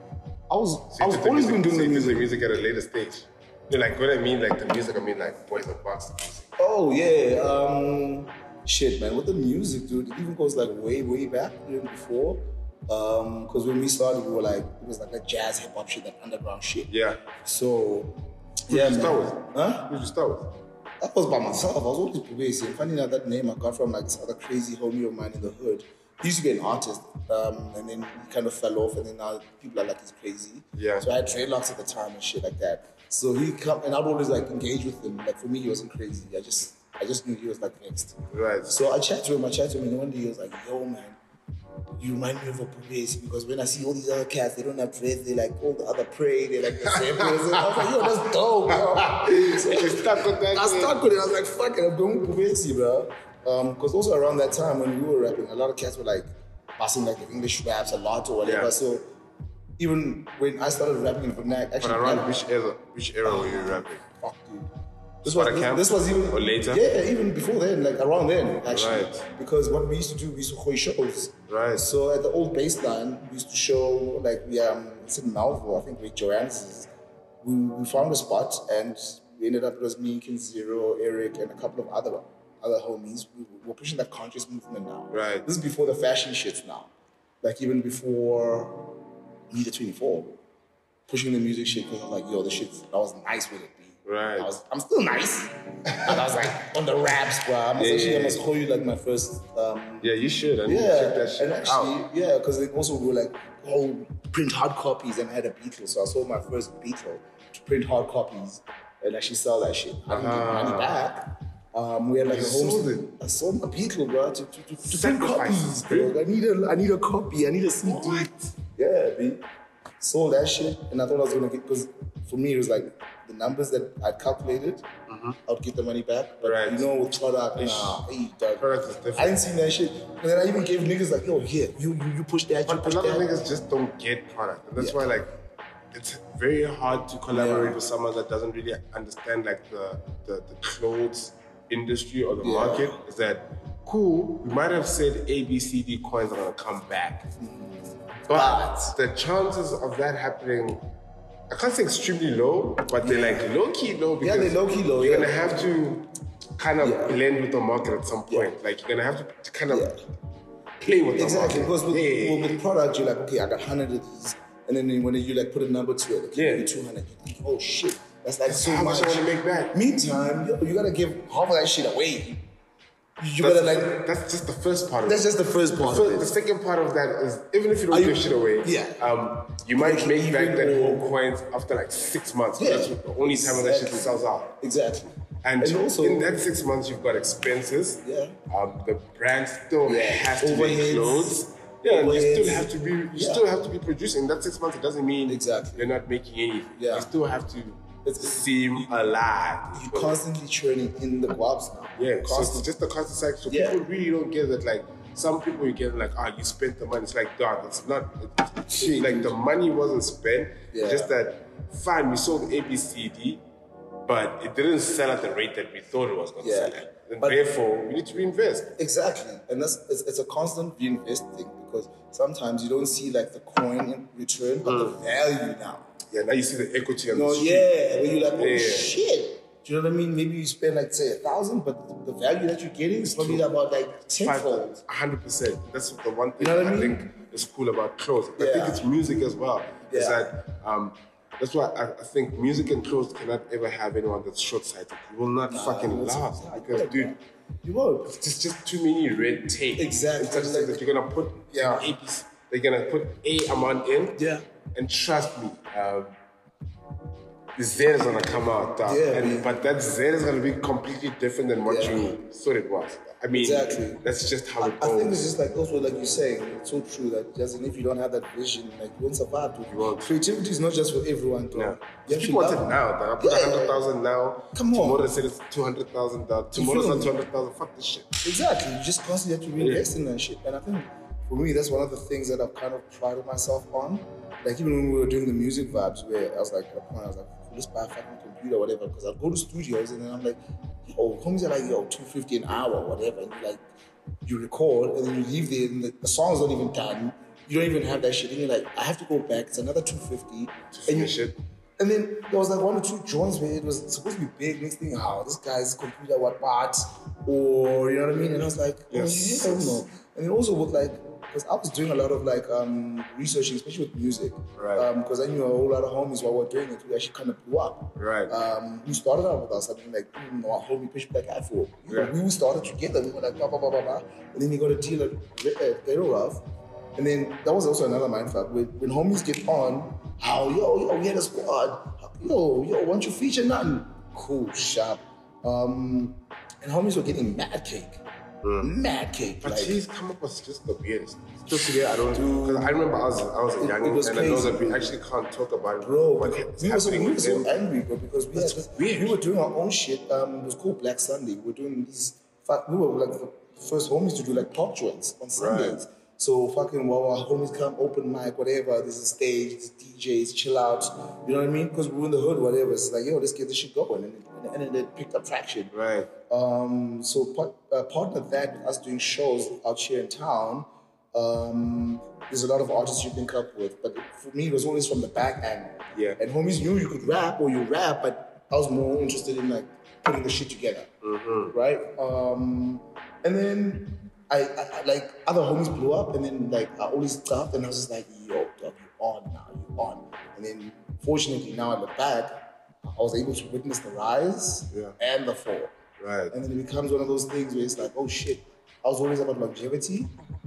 C: I was,
B: So
C: I
B: you
C: was
B: did the
C: always
B: music,
C: been doing
B: so
C: the
B: you did
C: music.
B: at a later stage. You know, like what I mean, like the music. I mean, like boys and box music.
C: Oh yeah, um, shit, man. With the music, dude, it even goes like way, way back even before. Um, because when we started, we were like, it was like a jazz hip hop shit, that underground shit.
B: Yeah.
C: So, yeah,
B: you
C: man.
B: start with?
C: Huh?
B: Who did you start with?
C: That was by myself. I was always progressing. Funny enough, that name I got from like this other crazy homie of mine in the hood. He used to be an artist, um, and then he kind of fell off, and then now people are like, he's crazy.
B: Yeah.
C: So I had dreadlocks at the time and shit like that. So he come, and I'd always like engage with him. Like for me, he wasn't crazy. I just, I just knew he was like next.
B: Right.
C: So I chatted to him, I chatted to him, and one day he was like, yo, man, you remind me of a Perez because when I see all these other cats, they don't have dreads, they like all the other prey, they like the same person. I was like, yo, that's dope, yo. So
B: You stuck with that
C: I
B: shit.
C: stuck with it. I was like, fuck it, I'm going with Perez, bro. Because also around that time when we were rapping, a lot of cats were like passing like the English raps a lot or whatever.
B: Yeah.
C: So even when I started rapping in Vernac, actually,
B: But around
C: that-
B: which era? Which era were you rapping?
C: fuck, dude. This
B: Sparta
C: was,
B: camp?
C: this was even
B: Or later?
C: Yeah, even before then, like around then, actually.
B: Right.
C: Because what we used to do, we used to hoy shows.
B: Right.
C: So at the old baseline, we used to show like we um it's in Malvo, I think with Joanne's. is- We, we found a spot and we ended up it was me, Kin Zero, Eric, and a couple of other other homies. We, we're pushing that conscious movement now.
B: Right.
C: This is before the fashion shits now. Like even before Media 24, pushing the music shit because I was like, yo, this shit, I was nice with it. B.
B: Right.
C: I was, I'm still nice. and I was like, on the raps, bro. I'm
B: Yeah,
C: actually,
B: yeah,
C: I must
B: yeah.
C: call you like my first. Um,
B: Yeah, you should. I need to check
C: yeah,
B: that shit
C: and actually,
B: out.
C: yeah, because then also we were like, oh, print hard copies, and I had a Beatle, so I sold my first Beatle to print hard copies and actually sell that shit. I didn't get money back. Um, we had like
B: Ah. You
C: a home.
B: sold it?
C: I sold my Beatle, bro, to, to, to, to print
B: Sacrifice.
C: copies, bro. I need a, I need a copy. I need a CD.
B: What?
C: Yeah, B. Sold that shit, and I thought I was gonna get because for me it was like the numbers that I calculated, I'd get the money back. But
B: Mm-hmm. Right.
C: you know, with product,
B: Ish.
C: nah, hey, dog.
B: Product is different.
C: I didn't see that shit. And then I even gave niggas like, yo, here, you you, you push that, you
B: But
C: push
B: a lot of
C: that.
B: niggas just don't get product, and that's
C: Yeah.
B: why like it's very hard to collaborate
C: Yeah.
B: with someone that doesn't really understand like the the, the clothes industry or the
C: Yeah.
B: market. Is that cool? We might have said A, B, C, D coins are gonna come back,
C: Mm-hmm.
B: but the chances of that happening. I can't say extremely low, but they're like low key low
C: Yeah,
B: because
C: they're low-key low,
B: You're
C: yeah.
B: gonna have to kind of
C: Yeah.
B: blend with the market at some point. Like you're gonna have to kind of
C: Yeah.
B: play with
C: Exactly,
B: the market.
C: because with,
B: Yeah.
C: with, with product, you're like, okay, I got 100 of these. And then when you like put a number to it,
B: Yeah.
C: okay, yeah. 200, you think, oh shit, that's like so
B: how much
C: much.
B: I wanna make back.
C: Meantime, yo, you gotta give half of that shit away. You
B: That's,
C: gotta like,
B: that's just the first part of
C: that's
B: it.
C: just the first part.
B: So
C: of it.
B: the second part of that is even if you don't
C: Are you-
B: give shit away,
C: Yeah.
B: um, you might
C: Break
B: make back
C: even
B: that
C: or-
B: whole coins after like six months.
C: Yeah.
B: That's the only time when that shit
C: Exactly.
B: sells out.
C: Exactly.
B: And,
C: also,
B: in that six months, you've got expenses.
C: Yeah.
B: Um, the brand still
C: Yeah.
B: has to make
C: Overheads.
B: clothes. Yeah, and you
C: Overheads.
B: still have to be you
C: Yeah.
B: still have to be producing. In that six months, it doesn't mean
C: Exactly.
B: you're not making anything.
C: Yeah.
B: You still have to
C: It's-
B: seem alive.
C: you're constantly churning in the guaps now.
B: Yeah, so it's
C: constantly.
B: just the constant cycle. So
C: Yeah.
B: people really don't get that. Like some people, you get like, ah, you spent the money. It's like, dog, it's not. It's,
C: Shit.
B: like the money wasn't spent.
C: Yeah.
B: It's just that, fine, we sold A, B, C, D, but it didn't sell at the rate that we thought it was going to
C: Yeah.
B: sell at. And
C: But-
B: therefore, we need to reinvest.
C: Exactly, and that's it's, it's a constant reinvesting because sometimes you don't see like the coin
B: Mm.
C: in return, but the value now.
B: Yeah, now you see the equity on
C: No,
B: the street.
C: yeah, when you're like, oh
B: Yeah.
C: shit, Do you know what I mean? Maybe you spend like say a thousand, but the value that you're getting is probably about like tenfold.
B: hundred percent. That's the one thing
C: You know what
B: I,
C: I mean?
B: think is cool about clothes. I
C: Yeah.
B: think it's music as well. Is
C: Yeah.
B: that um, that's why I, I think music and clothes cannot ever have anyone that's short sighted. You will not fucking last because dude,
C: you won't.
B: there's just too many red tape.
C: Exactly.
B: It's such a thing that you're gonna put
C: Yeah.
B: a piece- they're gonna put a amount in.
C: Yeah.
B: And trust me, um, the Z is gonna come out, dog.
C: Yeah,
B: and,
C: man.
B: but that Z is gonna be completely different than what
C: Yeah.
B: you thought it was. I mean,
C: Exactly.
B: that's just how
C: I,
B: it
C: I
B: goes.
C: think it's just like also like you're saying, it's so true that just and if you don't have that vision, like you won't survive. Dude.
B: You won't.
C: Creativity is not just for
B: yeah.
C: everyone, bro. You
B: Just
C: have to
B: People want it
C: love
B: now, dog. I put
C: Yeah.
B: hundred thousand now.
C: Come on.
B: Tomorrow they said it's two hundred thousand, dog. Tomorrow's
C: feel
B: not
C: me?
B: two hundred thousand. Fuck this shit.
C: Exactly. You just constantly have to reinvest in that shit. And I think for me, that's one of the things that I've kind of prided myself on. Like even when we were doing the music vibes, where I was like, at a point I was like, "Cool, let's buy a fucking computer, or whatever. Because I'd go to studios and then I'm like, "Oh, yo, homies are like, yo, two fifty an hour, or whatever. And you like, you record and then you leave there, and the, the song's not even done. You don't even have that shit, and you're like, I have to go back. It's another two fifty. And you
B: finish it.
C: and then there was like one or two joints where it was supposed to be big. Next thing, how this guy's computer what part, or you know what I mean? And I was like, oh,
B: Yes.
C: yeah, I don't know. And then also with like, because I was doing a lot of like um, researching, especially with music,
B: Right.
C: Because I knew a whole lot of homies while we were doing it who actually kind of blew up,
B: Right.
C: Um, who started out with us? I mean, like, you know, our homie Pitch Black Afro.
B: Yeah.
C: We started together. We were like, blah blah blah blah blah. And then you got a deal at at Aerograph. And then that was also another mindfuck. When, when homies get on, how yo yo we had a squad, yo yo why don't you feature nothing? Cool shop. Um, and homies were getting mad cake, mad cake.
B: Mm. But
C: like,
B: she's come up with just the weirdest. Still today, I don't. Because I remember I was I was a
C: It-
B: young
C: it was
B: and I know
C: crazy.
B: that we actually can't talk about
C: bro,
B: what
C: because
B: is
C: we were so,
B: happening
C: we were
B: with
C: so
B: them.
C: angry, bro, because we, had,
B: weird.
C: we were doing our own shit. Um, it was called Black Sunday. We were doing these. Fuck, we were like the first homies to do like pop joints on Sundays. So fucking while our homies come, open mic, whatever. There's a stage, there's DJs, chill out. You know what I mean? Because we were in the hood, whatever. It's like, yo, let's get this shit going, and it, and it- it picked up traction.
B: Right.
C: Um, so part, uh, partnered that with us doing shows out here in town. Um, there's a lot of artists you can cup with, but for me, it was always from the back end.
B: Yeah.
C: And homies knew you could rap or you rap, but I was more interested in like putting the shit together,
B: Mm-hmm.
C: right? Um, and then I, I, I- like other homies blew up, and then like I always stopped, and I was just like, yo, dog, you on now, you on. And then fortunately, now I look back, I was able to witness the rise
B: Yeah.
C: and the fall.
B: Right.
C: And then it becomes one of those things where it's like, oh shit. I was always about longevity,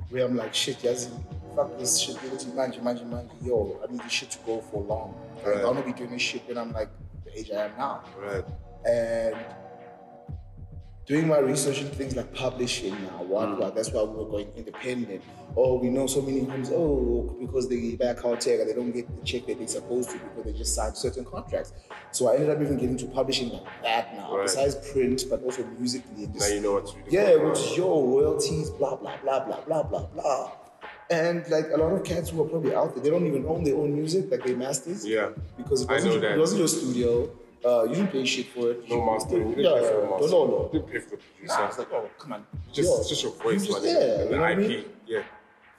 C: where I'm like, shit, yes, fuck this shit, give it to manji, manji, manji, yo, I need this shit to go for long. Like,
B: Right.
C: I want to be doing this shit when I'm like the age I am now.
B: Right.
C: And doing my research and things like publishing now, what,
B: Mm.
C: what, that's why we were going independent. Or we know so many homes, oh, because they back out tech and they don't get the check that they're supposed to because they just signed certain contracts. So I ended up even getting to publishing like that now,
B: Right.
C: besides print, but also musically and
B: Now
C: just
B: you know what's really
C: yeah,
B: going
C: which
B: on.
C: is yo royalties, blah blah blah blah blah blah blah. And like a lot of cats who are probably out there, they don't even own their own music, like they masters.
B: Yeah.
C: Because it
B: I
C: wasn't,
B: know that.
C: it wasn't your studio. Uh, you didn't pay shit for it.
B: No
C: You-
B: master. You didn't
C: Yeah,
B: pay for the
C: yeah,
B: master.
C: No, no,
B: You
C: no.
B: didn't pay for the producer.
C: Nah, it's like, oh, come on.
B: just,
C: Yo,
B: it's just your
C: you
B: voice,
C: just-
B: man.
C: Yeah,
B: and
C: you know
B: the
C: what I
B: IP.
C: mean?
B: Yeah.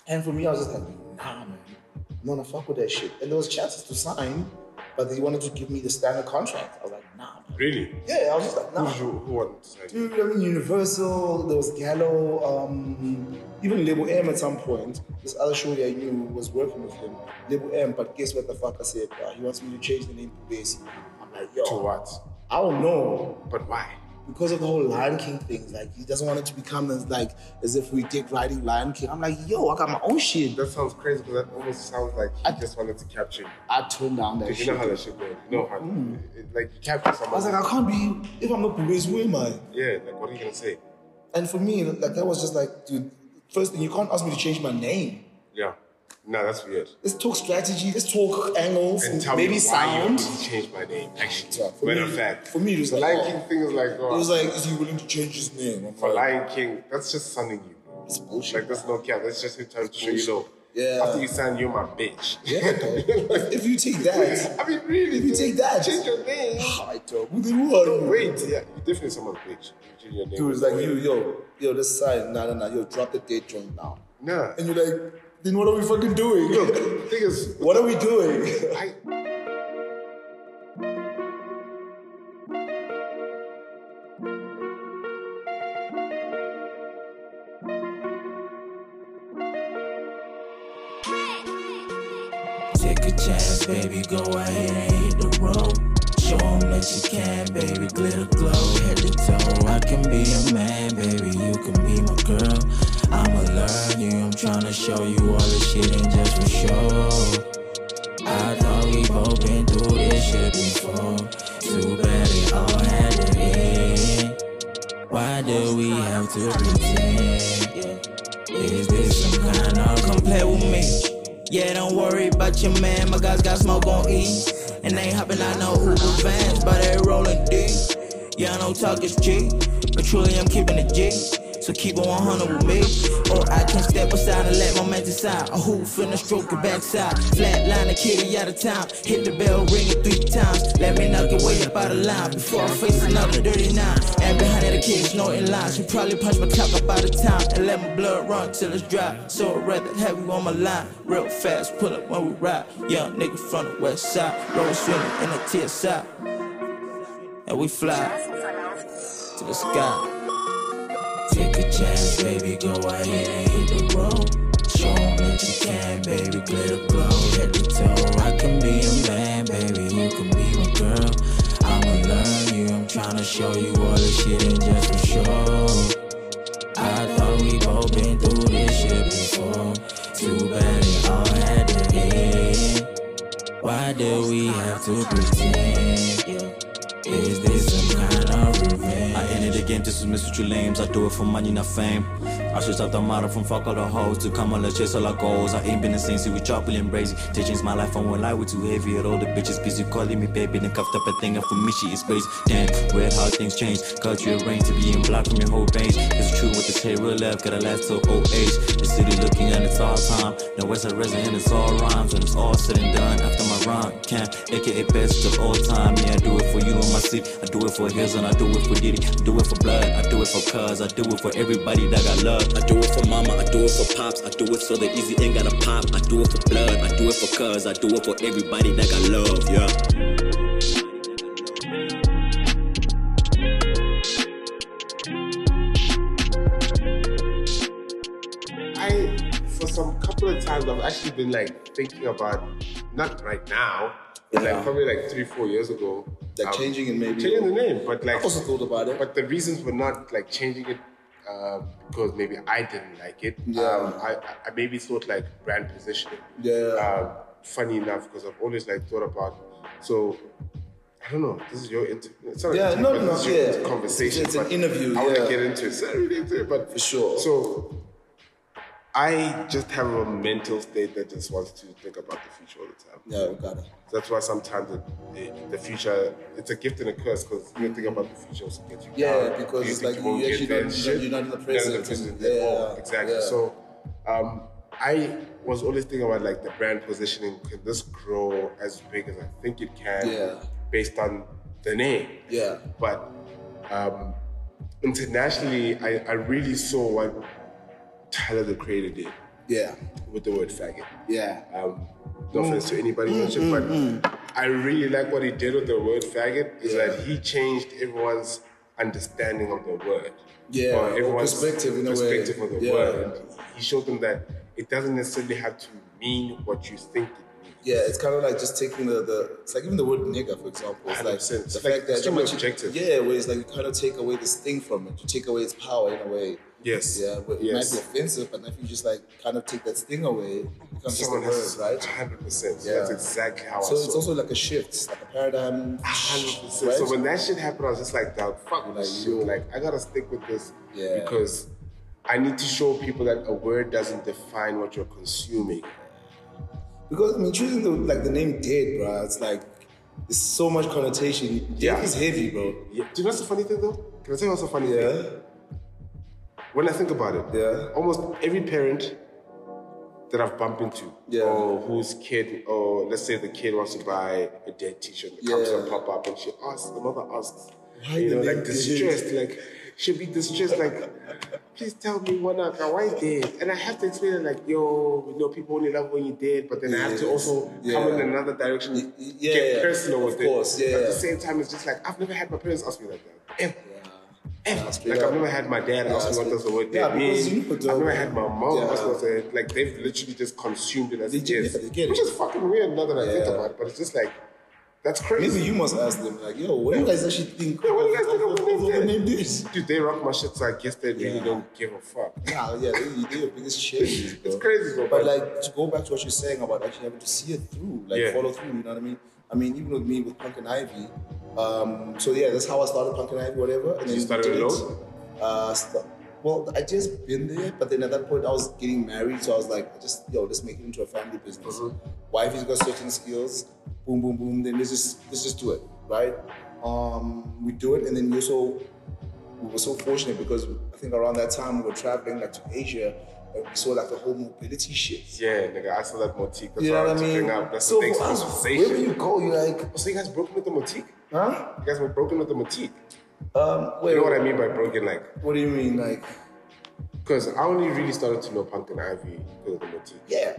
C: And for me, I was just like, nah, man, I'm gonna fuck with that shit. And there was chances to sign, but they wanted to give me the standard contract. I was like, nah, man.
B: Really?
C: Yeah, I was just like, nah.
B: Who's you? Who wanted to sign you?
C: Dude, I mean, Universal, there was Gallo, um, even Label M at some point. This other shorty I knew was working with him, Label M, but guess what the fuck I said? Uh, he wants me to change the name to Basie. I'm like, yo,
B: To what?
C: I don't know
B: But why?
C: because of the whole Lion King thing. Like, he doesn't want it to become as, like, as if we dick riding Lion King. I'm like, yo, I got my own shit.
B: That sounds crazy because that almost sounds like he just wanted to capture you.
C: I turned down that
B: 'Cause
C: shit.
B: you know how that shit goes. You know how it, like you capture
C: I was
B: someone.
C: Mm. like, I can't be, if I'm not Blue's, who am I?
B: yeah. Like what are you gonna say?
C: And for me, like, that was just like, dude, first thing, you can't ask me to change my name.
B: Yeah. Nah, that's weird.
C: Let's talk strategy. Let's talk angles.
B: and tell
C: maybe
B: me
C: sound.
B: why you changed my name. Actually,
C: Yeah, for
B: matter
C: me-
B: of fact,
C: for me, it was
B: the
C: like,
B: Lion King thing is like,
C: It
B: oh,
C: was like, is he willing to change his name? I'm
B: for
C: like,
B: Lion King, that's just sunning you. bro.
C: it's bullshit.
B: Like that's no cap. That's just him trying to show you love.
C: Yeah.
B: After you sign, you're my bitch.
C: yeah, dog. if, if you take that,
B: I mean, really.
C: If you
B: dude,
C: take that-
B: change your name.
C: hi, dog. Who the- who are
B: No,
C: you?
B: wait. Yeah, you're definitely someone's bitch. You change your name.
C: Dude, it's like you, yo, yo, this side, nah, nah, nah, yo, drop the date joint now.
B: Nah.
C: And you're like, then what are we fucking doing?
B: Look, the thing is,
C: what are we doing?
B: I.
D: bitch ass, baby, go ahead and hit the road. Show 'em that you can, baby, glitter glow, head to toe. I can be a man, baby, you can be my girl. I'ma learn you, I'm tryna show you all this shit and just for show. I thought we both been through this shit before. Too bad it all had to end. Why do we have to pretend? Is this some kind of come play with me? Yeah, don't worry about your man. My guys got smoke on E. And they hopping out no Uber vans, but they rolling D. Yeah, I don't talk is G. But truly, I'm keeping a G. So keep it 100 with me. Or I can step aside and let my man decide. A who finna stroke your backside. Flatline the kitty out of town. Hit the bell, ring it three times. Let me knock your way up out of line before I face another dirty nine. And behind that, the kids snorting lines. You probably punch my clock up out of time and let my blood run till it's dry. So I'd rather have you on my line. Real fast, pull up when we ride. Young nigga from the west side. Roll swimming in the TSI. And we fly to the sky. Take a chance, baby, go ahead and hit the road. Show 'em that you can, baby, glitter glow, head to toe. I can be a man, baby, you can be my girl. I'ma learn you, I'm tryna show you all this shit and just for sure. I thought we both been through this shit before. Too bad it all had to end. Why do we have to pretend? Is this some kind of revenge?
E: I ended the game, this is Mr. True Lames. I do it for money, not fame. I switched up the model from fuck all the hoes to come on, let's chase all our goals. I ain't been the same since we chopping and brazy. They changed my life, I won't lie, we too heavy. At all the bitches busy calling me baby, then cuffed up a thing, and for me she is crazy. Damn, weird how things change. Culture arranged to be in block from your whole range. It's true with this hate, real love, gotta last till old age. The city looking at it's all time. Now where's a resident, and it's all rhymes. When it's all said and done, after my rhyme, camp, aka best of all time. Yeah, I do it for you in my city. I do it for his and I do it for Diddy. I do it for blood. I do it for cuz. I do it for everybody that I love. I do it for mama. I do it for pops. I do it so that easy ain't gotta pop. I do it for blood. I do it for cuz. I do it for everybody that I love. Yeah.
B: I, for some couple of times, I've actually been like thinking about, not right now, but like
C: Yeah.
B: probably like three, four years ago.
C: Like changing it maybe,
B: Changing the
C: or-
B: name, but like.
C: I also thought about it.
B: But the reasons for not like changing it uh, because maybe I didn't like it.
C: Yeah.
B: Um, I, I maybe thought like brand positioning.
C: Yeah.
B: Um, funny enough, because I've always like thought about. So I don't know. This is your inter- it's not an
C: Yeah,
B: interview,
C: no,
B: but
C: no,
B: this is your
C: yeah.
B: conversation.
C: It's- it's an
B: but
C: interview,
B: I want to
C: yeah.
B: get into it. It's not really an interview, but
C: For sure.
B: So I just have a mental state that just wants to think about the future all the time.
C: Yeah, we got it.
B: That's why sometimes it, it, the future, it's a gift and a curse because you think about the future also gets you
C: Yeah,
B: down.
C: because
B: You
C: it's
B: think
C: like you
B: won't get
C: actually
B: there
C: don't-
B: and
C: you
B: shit.
C: don't- you're not in the
B: You're
C: present.
B: at all.
C: Yeah,
B: exactly.
C: yeah.
B: So um, I was always thinking about like the brand positioning. Can this grow as big as I think it can
C: Yeah.
B: based on the name?
C: Yeah.
B: But um, internationally, I, I really saw what Tyler, the creator, did
C: Yeah.
B: with the word faggot.
C: Yeah.
B: Um, no
C: Mm.
B: offense to anybody who watched it, but I really like what he did with the word faggot is that he changed everyone's understanding of the word.
C: Yeah, or perspective in a way.
B: perspective of the
C: Yeah.
B: word. He showed them that it doesn't necessarily have to mean what you think it means.
C: Yeah, it's kind of like just taking the, the it's like even the word nigger, for example. It's like
B: 100%.
C: the
B: It's like
C: fact that
B: extremely
C: how much you-
B: objective.
C: Yeah, where it's like you kind of take away this thing from it. You take away its power in a way.
B: Yes.
C: Yeah, where it
B: Yes.
C: might be offensive, but if you just like kind of take that sting away, it becomes just a
B: Someone
C: word,
B: has
C: right?
B: 100%.
C: Yeah.
B: That's exactly how
C: So
B: I saw
C: it's
B: it.
C: also like a shift, like a paradigm.
B: 100%.
C: Right?
B: So when that shit happened, I was just like, dog, fuck
C: Like,
B: like, shit.
C: yo.
B: Like, I gotta stick with this
C: Yeah.
B: because I need to show people that a word doesn't define what you're consuming.
C: Because I mean, choosing the like the name dead, bro. It's like there's so much connotation. Dead
B: Yeah.
C: is heavy, bro.
B: Yeah. Do you know what's the funny thing though? Can I tell you what's the funny
C: Yeah.
B: thing? When I think about it,
C: Yeah.
B: almost every parent that I've bumped into,
C: Yeah.
B: or whose kid, or let's say the kid wants to buy a dead T-shirt that comes
C: Yeah.
B: and pop up, and she asks, the mother asks,
C: Why
B: you
C: the
B: know, like
C: name
B: distressed, like she'll be distressed, like. Please tell me what I got. Why is dead? And I have to explain it like, yo, you know, people only love when you're dead, but then I have to
C: Yes.
B: also come
C: Yeah.
B: in another direction,
C: Y- y- yeah,
B: get
C: yeah.
B: personal
C: Of
B: with
C: course,
B: it. But
C: yeah.
B: at the same time, it's just like I've never had my parents ask me like that ever.
C: Yeah. Ever.
B: Like I've never had my dad ask me what does the word
C: Yeah,
B: dead
C: because
B: mean.
C: you know,
B: I've never
C: dog.
B: had my mom
C: Yeah.
B: ask me what the like they've literally just consumed it as it
C: They-
B: is.
C: yeah, they get it.
B: Which is fucking weird now that I think
C: Yeah.
B: about it, but it's just like that's crazy.
C: Maybe you must ask them, like, yo, what do you guys actually think?
B: Yeah, what do you guys think
C: of-
B: of
C: of- of
B: the
C: the
B: name
C: name this?
B: Dude, they rock my shit, so I guess they really
C: Yeah.
B: don't give a fuck.
C: Nah, yeah, they, they're your biggest shame.
B: It's crazy, bro,
C: But
B: but-
C: like to go back to what you're saying about actually having to see it through, like
B: Yeah.
C: follow through. You know what I mean? I mean, even with me with Punk and Ivy. Um, so yeah, that's how I started Punk and Ivy, whatever. And
B: You
C: then
B: started
C: did it.
B: alone?
C: Uh, st- well, I just been there, but then at that point I was getting married, so I was like, just yo, let's make it into a family business.
B: Uh-huh.
C: Wife has got certain skills. Boom, boom, boom. Then let's just let's just do it, right? Um, we do it, and then we also we were so fortunate because I think around that time we were traveling like to Asia and we saw like the whole mobility shit.
B: Yeah, nigga, I saw that motique. That's
C: You know
B: what I
C: what I
B: was
C: mean?
B: bring up. That's
C: so
B: the next
C: for us, wherever you
B: conversation. Oh,
C: go, you're like,
B: So you guys broken with the motique?
C: huh?
B: You guys were broken with the motique.
C: Um, wait,
B: You know what I mean by broken? Like,
C: What do you mean, like?
B: because I only really started to know Punk and Ivy because of the motique.
C: Yeah,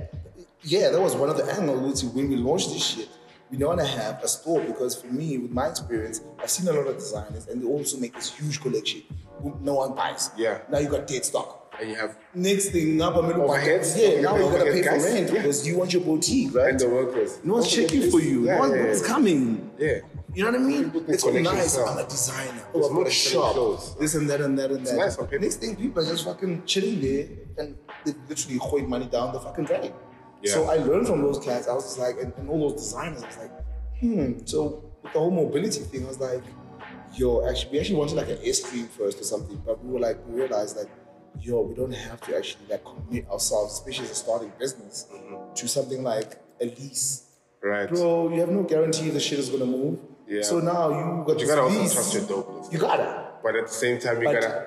C: yeah, that was one of the angles to when we launched this shit. We don't want to have a store because for me, with my experience, I've seen a lot of designers and they also make this huge collection. who No one buys.
B: Yeah.
C: Now you got dead stock.
B: And you have
C: Next thing, now I'm gonna buy-
B: Overheads,
C: Yeah,
B: you
C: now
B: pay
C: you gotta pay
B: overhead,
C: for
B: guys.
C: rent
B: Yeah.
C: because you want your boutique, right?
B: and the workers.
C: No one's
B: Don't
C: checking
B: forget
C: for
B: this.
C: you.
B: Yeah,
C: no one's
B: yeah,
C: no one's
B: yeah.
C: coming.
B: Yeah.
C: You know what I mean?
B: People think
C: It's all
B: collection
C: nice.
B: sells.
C: I'm a designer.
B: It's
C: Oh, I've
B: more
C: got a
B: selling
C: shop.
B: clothes.
C: This and that and that and that.
B: nice for people.
C: Next thing, people are just fucking chilling there and they literally hoid money down the fucking drain.
B: Yeah.
C: So I learned from those cats. I was just like, and, and all those designers, I was like, hmm. So with the whole mobility thing, I was like, yo, actually, we actually wanted like an Airstream first or something, but we were like, we realized like, yo, we don't have to actually like commit ourselves, especially as a starting business,
B: Mm-hmm.
C: to something like a lease.
B: Right.
C: Bro, you have no guarantee the shit is gonna move.
B: Yeah.
C: So now you
B: You
C: got this
B: gotta also
C: lease.
B: trust your dopeness.
C: You gotta.
B: But at the same time, you
C: But-
B: gotta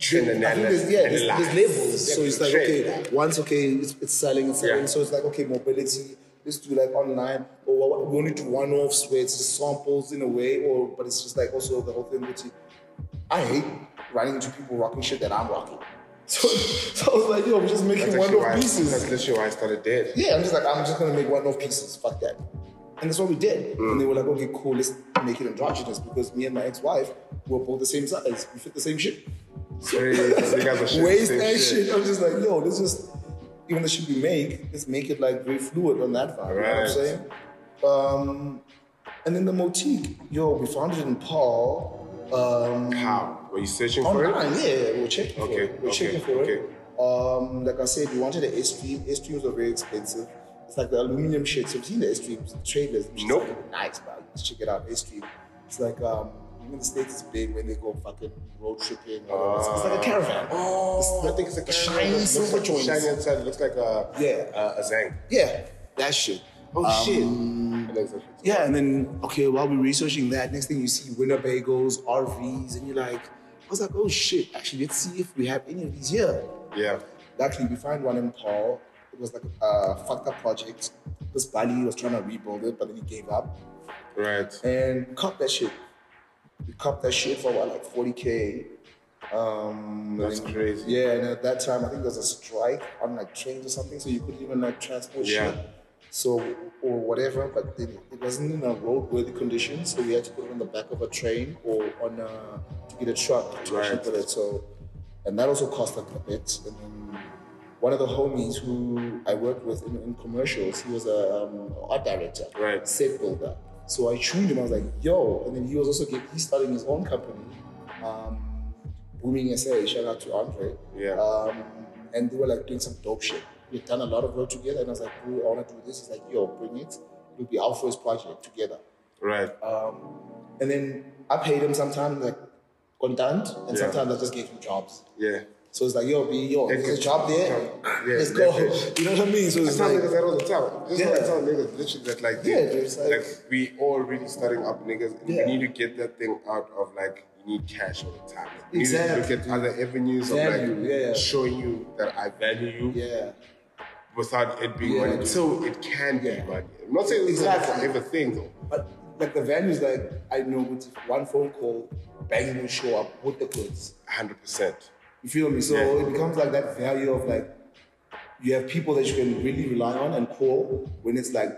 B: train and
C: I think
B: analyze.
C: there's, yeah, there's,
B: analyze.
C: there's levels.
B: Yeah,
C: So it's like,
B: train.
C: okay, once, okay, it's, it's selling, it's selling.
B: Yeah.
C: So it's like, okay, mobility, let's do like online, or we only do one offs where it's just samples in a way, or but it's just like also the whole thing, which is, I hate running into people rocking shit that I'm rocking. So, so I was like, yo, I'm just making
B: That's
C: one
B: actually why-
C: off pieces.
B: That's literally why I started dead.
C: Yeah, I'm just like, I'm just gonna make one off pieces. Fuck that. And that's what we did.
B: Mm.
C: And they were like, okay, cool, let's make it androgynous because me and my ex-wife were both the same size. We fit the same shit.
B: Crazy. So you guys are shit.
C: Waist
B: same
C: and shit. I'm just like, yo, let's just even the shit we make, let's make it like very fluid on that vibe. You know what I'm
B: Right.
C: saying? Um, and then the motique, yo, we found it in Paul. Um,
B: How? Were you searching
C: Oh,
B: for it?
C: Online, yeah, we we're checking for
B: Okay,
C: it. We're
B: okay,
C: checking for
B: okay.
C: it. Um, like I said, we wanted an A stream. A streams are very expensive. It's like the aluminum shit. So you've seen the A streams, the trailers. which is
B: Nope.
C: Like, nice, bro. Let's check it out. A stream. It's like um, in the states, it's big when they go fucking road tripping. Or it's, it's like a caravan.
B: Ah. Oh,
C: It's
B: I think it's like
C: the shiny silver joints.
B: Shiny outside. It looks like a
C: Yeah.
B: a, a zang.
C: Yeah, that shit.
B: Oh shit. And then it's like-
C: Yeah, and then okay, while we're researching that, next thing you see Winnebagos, RVs, and you're like, I was like, oh shit. Actually, let's see if we have any of these here.
B: Yeah.
C: Luckily, we found one in Paul. It was like a fucked up project. This Bali was trying to rebuild it, but then he gave up.
B: Right.
C: And cop that shit. We copped that shit for about like 40K. Um,
B: That's
C: and-
B: crazy.
C: Yeah, and at that time, I think there was a strike on like trains or something, so you couldn't even like transport
B: Yeah.
C: shit. So, or whatever, but then it wasn't in a roadworthy condition, so we had to put it on the back of a train or on a, to get a truck to actually
B: Right.
C: put it. So, and that also cost like a bit. And then one of the homies who I worked with in, in commercials, he was a um, art director,
B: Right.
C: set builder. So I tuned him. I was like, "Yo!" And then he was also get, he's starting his own company, um, Booming SA. Shout out to Andre.
B: Yeah.
C: Um, and they were like doing some dope shit. We've done a lot of work together, and I was like, "Bro, I want to do this." He's like, "Yo, bring it. It'll be our first project together."
B: Right.
C: Uh, And then I paid him sometimes like content, and
B: Yeah.
C: sometimes I just gave him jobs.
B: yeah.
C: So it's like, yo, be yo,
B: Take it.
C: there's a job there.
B: Yeah,
C: Let's go.
B: leverage.
C: You know what I mean? So
B: I
C: it's
B: tell
C: like,
B: niggas that all the time. Just yeah.
C: Yeah.
B: I tell niggas literally that like, they,
C: Yeah, dude, it's like-
B: like, we all really starting up niggas and we
C: Yeah.
B: need to get that thing out of like you need cash all the time. You
C: Exactly.
B: need to look at other avenues of
C: Value,
B: like
C: yeah.
B: showing you that I value you
C: yeah,
B: without it being
C: Yeah,
B: money.
C: dude.
B: So it can
C: Yeah.
B: be money. I'm not saying this is
C: Exactly.
B: like forever thing though.
C: but like the value is like, I know with one phone call, bang, will show up with the goods.
B: hundred percent.
C: You feel me? So
B: Yeah.
C: it becomes like that value of like, you have people that you can really rely on and call when it's like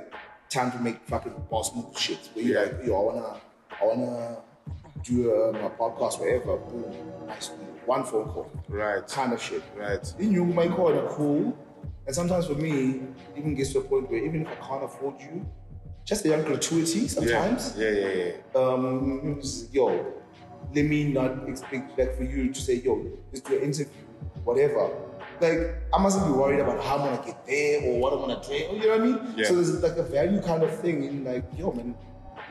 C: time to make fucking boss move shit. Where you're
B: Yeah.
C: like, yo, I wanna, I wanna do a, a podcast, wherever, boom, nice, one phone call.
B: Right.
C: Kind of shit.
B: Right.
C: Then you might call it cool. And sometimes for me, it even gets to a point where even if I can't afford you, just a young gratuity sometimes.
B: Yeah, yeah, yeah.
C: Um, just, yo, let me not expect like for you to say, yo, let's do an interview, whatever. Like I mustn't be worried about how I'm gonna get there or what I'm gonna drink. You know what I mean?
B: Yeah.
C: So there's like a value kind of thing in like, yo, man,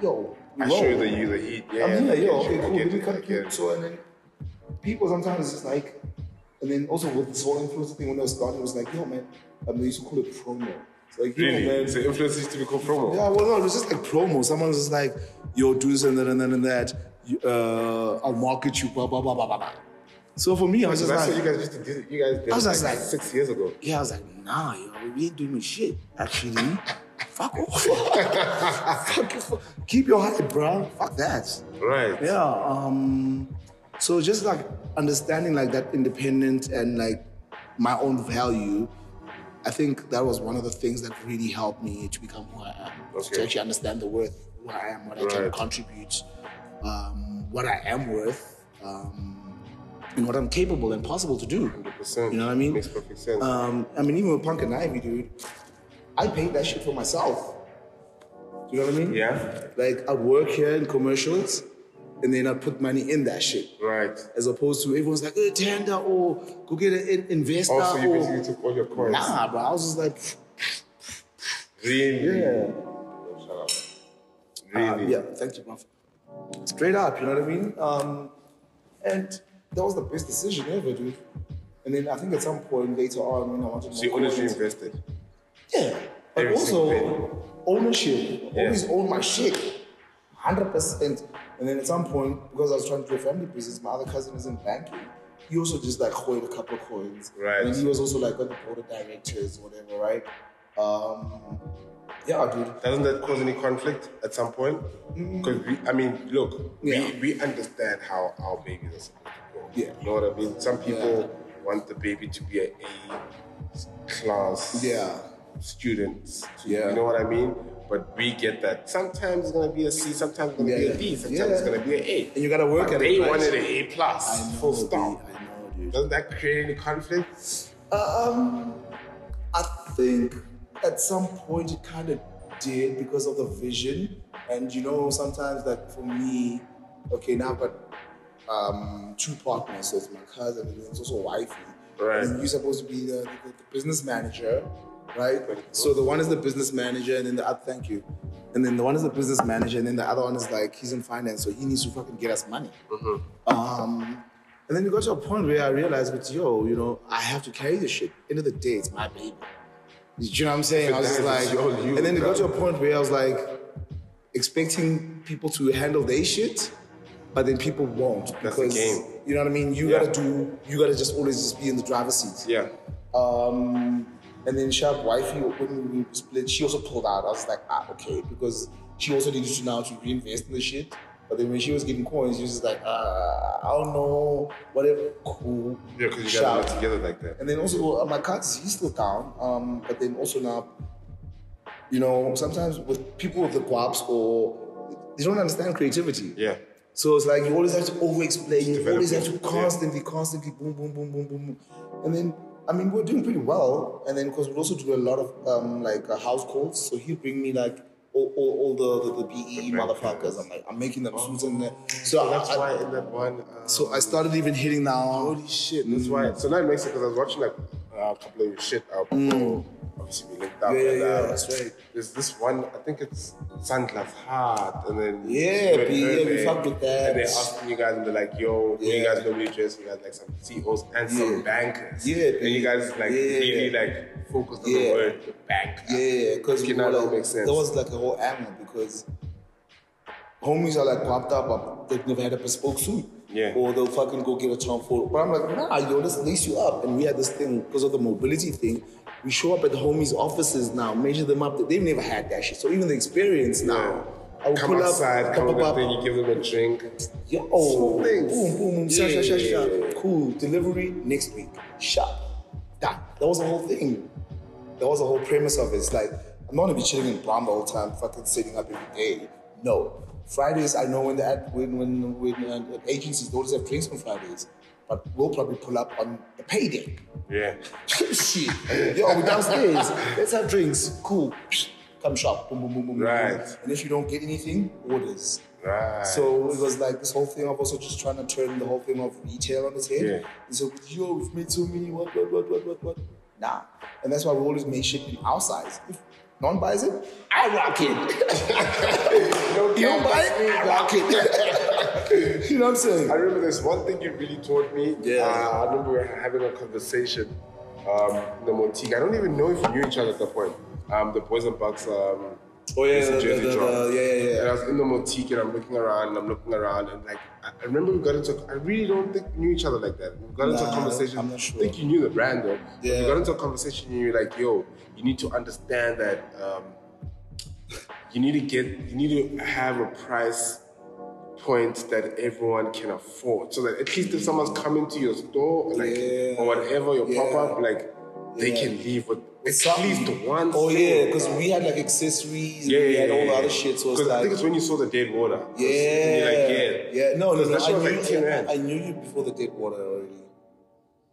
C: yo. we
B: I show you
C: roll.
B: the you the heat. Yeah,
C: I mean,
B: yeah,
C: yeah, yeah,
B: I
C: okay,
B: get
C: cool.
B: you, I
C: Let me
B: get
C: cut
B: you, I get
C: it. So, and then people sometimes it's just like, and then also with this whole influencer thing when I was starting, it was like, yo, man, um, they used to call it promo. It's like, yo,
B: Really?
C: man.
B: So influence used to be called promo.
C: yeah, well, no, it was just like promo. Someone was just like, yo, do this and that and that and that. You- Uh, I'll market you, blah, blah, blah, blah, blah, blah. So for me, I was
B: So
C: just
B: that's
C: like,
B: what you guys used to do. You guys did
C: I was
B: it
C: just
B: like
C: like-
B: six years ago.
C: yeah, I was like, nah, yo, we ain't doing shit. Actually, fuck off. fuck, you, fuck. Keep your hype, bro. Fuck that.
B: Right.
C: Yeah. Um, so just like understanding like that independent and like my own value, I think that was one of the things that really helped me to become who I am.
B: Okay.
C: To actually understand the worth, who I am, what I can
B: Right.
C: contribute, um, what I am worth, um, and what I'm capable and possible to do.
B: 100%.
C: You know what I mean?
B: Makes perfect sense.
C: Um, I mean, even with Punk and Ivy, dude, I paid that shit for myself. Do you know what I mean?
B: yeah.
C: Like I work here in commercials, and then I put money in that shit.
B: Right.
C: As opposed to everyone's like, eh, tender or go get an in- investor.
B: Also, you basically
C: or,
B: took all your coins.
C: nah, bro. I was just like, pff, ah,
B: Really?
C: yeah,
B: Shut up.
C: Uh,
B: Really?
C: yeah. Thank you, bro. Straight up, you know what I mean? Um, and that was the best decision ever, dude. And then I think at some point later on, when I wanted to.
B: So you
C: make
B: honestly
C: coins-
B: invested.
C: Yeah. But
B: Every
C: also
B: single
C: ownership.
B: Yeah.
C: Always own my shit. 100%. And then at some point, because I was trying to do a family business, my other cousin is in banking. He also just like hoiled a couple of coins.
B: Right.
C: And he was also like on the board of directors, whatever, right? Um, yeah, dude.
B: Doesn't that cause any conflict at some point? Because we, I mean, look,
C: Mm. Yeah.
B: we, we understand how our babies are supposed to grow.
C: Yeah.
B: You know what I mean? Some people want the baby to be an A class
C: Yeah.
B: student. to-
C: Yeah.
B: You know what I mean? But we get that. Sometimes it's gonna be a C, sometimes it's gonna
C: Yeah,
B: be a
C: yeah.
B: D, sometimes
C: Yeah.
B: it's gonna be an A.
C: And you gotta work
B: But
C: at it,
B: they
C: right?
B: wanted an A plus.
C: I know,
B: full
C: B,
B: stop.
C: I know, dude.
B: Doesn't that create any conflict?
C: Um, I think at some point it kind of did because of the vision, and you know sometimes like for me, okay now I've got um, two partners, so it's my cousin and it's also wifey.
B: Right.
C: And you're supposed to be the, the, the business manager, right? So the one is the business manager, and then the other thank you, and then the one is the business manager, and then the other one is like he's in finance, so he needs to fucking get us money. Um, and then it got to a point where I realized, but yo, you know, I have to carry this shit. End of the day, it's my baby. Do you know what I'm saying? I was just
B: That's
C: like,
B: all you,
C: and then it got to
B: bro.
C: a point where I was like, expecting people to handle their shit, but then people won't
B: That's
C: because
B: the game.
C: you know what I mean. You
B: Yeah.
C: gotta do. You gotta just always just be in the driver's seat.
B: Yeah.
C: Um, and then Sharp wifey, when we split, she also pulled out. I was like, ah, okay, because she also needed to now to reinvest in the shit. But then when she was getting coins, she was just like, ah, I don't know, whatever, cool.
B: Yeah, because you
C: Sharp.
B: guys are together like that.
C: And then also uh, my cousin, he's still down. Um, but then also now, you know, sometimes with people with the guaps or they don't understand creativity.
B: Yeah.
C: So it's like you always have to over-explain. You
B: Develop
C: always have
B: it,
C: to
B: yeah.
C: constantly, constantly boom, boom, boom, boom, boom, boom. And then I mean we're doing pretty well. And then because we also do a lot of um, like uh, house calls, so he'll bring me like. All, all, all the, the, the BE motherfuckers. I'm like, I'm making them suits and that. So, I-
B: Oh, That's
C: I,
B: why in that one. Uh,
C: so I started even hitting now. Holy shit.
B: That's why. So now it makes sense because I was watching like uh, a couple of your shit out before. Obviously, we linked up.
C: Mm. Yeah,
B: and,
C: yeah,
B: uh,
C: that's right.
B: There's this one. I think it's Sandler's Heart, and then
C: Yeah,
B: Red
C: B, yeah, we
B: Herman,
C: fuck with that.
B: And they're asking you guys, and they're like, "Yo, who you
C: Yeah.
B: guys normally dress? You guys like some CEOs and some
C: Yeah.
B: bankers.
C: Yeah,
B: and you
C: B.
B: guys like
C: Yeah.
B: really like focused on the
C: Yeah.
B: word bank.
C: Yeah, because
B: Okay,
C: we
B: now
C: were
B: that
C: like,
B: makes sense.
C: There was like a whole angle because homies are like popped up, but they've never had a bespoke suit.
B: Yeah.
C: Or they'll fucking go get a Tom Ford. But I'm like, nah, yo, let's lace you up. And we had this thing because of the mobility thing. We show up at the homies' offices now, measure them up. They've never had that shit. So even the experience now, I will
B: Come
C: pull
B: outside,
C: up,
B: come
C: pop,
B: up,
C: pop,
B: then
C: pop,
B: you give them a drink.
C: Yo, oh, boom,
B: things.
C: boom, boom,
B: Yeah,
C: sha, sha, sha,
B: yeah,
C: sha.
B: yeah, yeah.
C: Cool. Delivery next week. Shop. Done. That was the whole thing. That was the whole premise of it. It's like, I'm not gonna be chilling in Brown the whole time, fucking sitting up every day. No. Fridays, I know when the ad, when when when uh, agencies they always have drinks on Fridays, but we'll probably pull up on the payday.
B: Yeah.
C: Shit, yo, we downstairs. Let's have drinks. Cool. Come shop. Boom, boom, boom, boom, boom.
B: Right.
C: And if you don't get anything, orders.
B: Right.
C: So it was like this whole thing of also just trying to turn the whole thing of retail on its head.
B: Yeah.
C: And so, yo, we've made so many, what, what, what, what, what, what. Nah. And that's why we always make shit in our size. If no one buys it, I rock it. you don't buy it, I rock it. you know what I'm saying?
B: I remember there's one thing you really taught me.
C: Yeah.
B: Uh, I remember we were having a conversation um, in the Montique. I don't even know if we knew each other at that point. Um, the Boys and Bucks. Um,
C: Oh, yeah,
B: Mr.
C: the- the-
B: Jersey
C: the-
B: drop.
C: the- yeah, yeah, yeah.
B: And I was in the Montique and I'm looking around and I'm looking around and like, I I remember we got into, I really don't think we knew each other like that. We got into a
C: Nah,
B: conversation.
C: I'm not sure.
B: I think you knew the brand though. But
C: Yeah.
B: We got into a conversation and you were like, yo, you need to understand that um, you need to get, you need to have a price point that everyone can afford. So that at least if someone's coming to your store like,
C: Yeah.
B: or whatever, your
C: Yeah.
B: pop up, like they
C: Yeah.
B: can leave with
C: It's
B: at
C: something.
B: least one.
C: Oh, yeah,
B: thing.
C: because we had like accessories
B: yeah,
C: and we
B: yeah,
C: had all the
B: yeah,
C: other
B: yeah.
C: shit. So it's
B: 'Cause
C: like.
B: I think it's when you saw the dead water. 'Cause
C: Yeah.
B: you're like, yeah.
C: Yeah, no, no,
B: 'Cause
C: no.
B: that
C: I,
B: shit was
C: knew,
B: like 10 rand.
C: I knew you before the dead water already.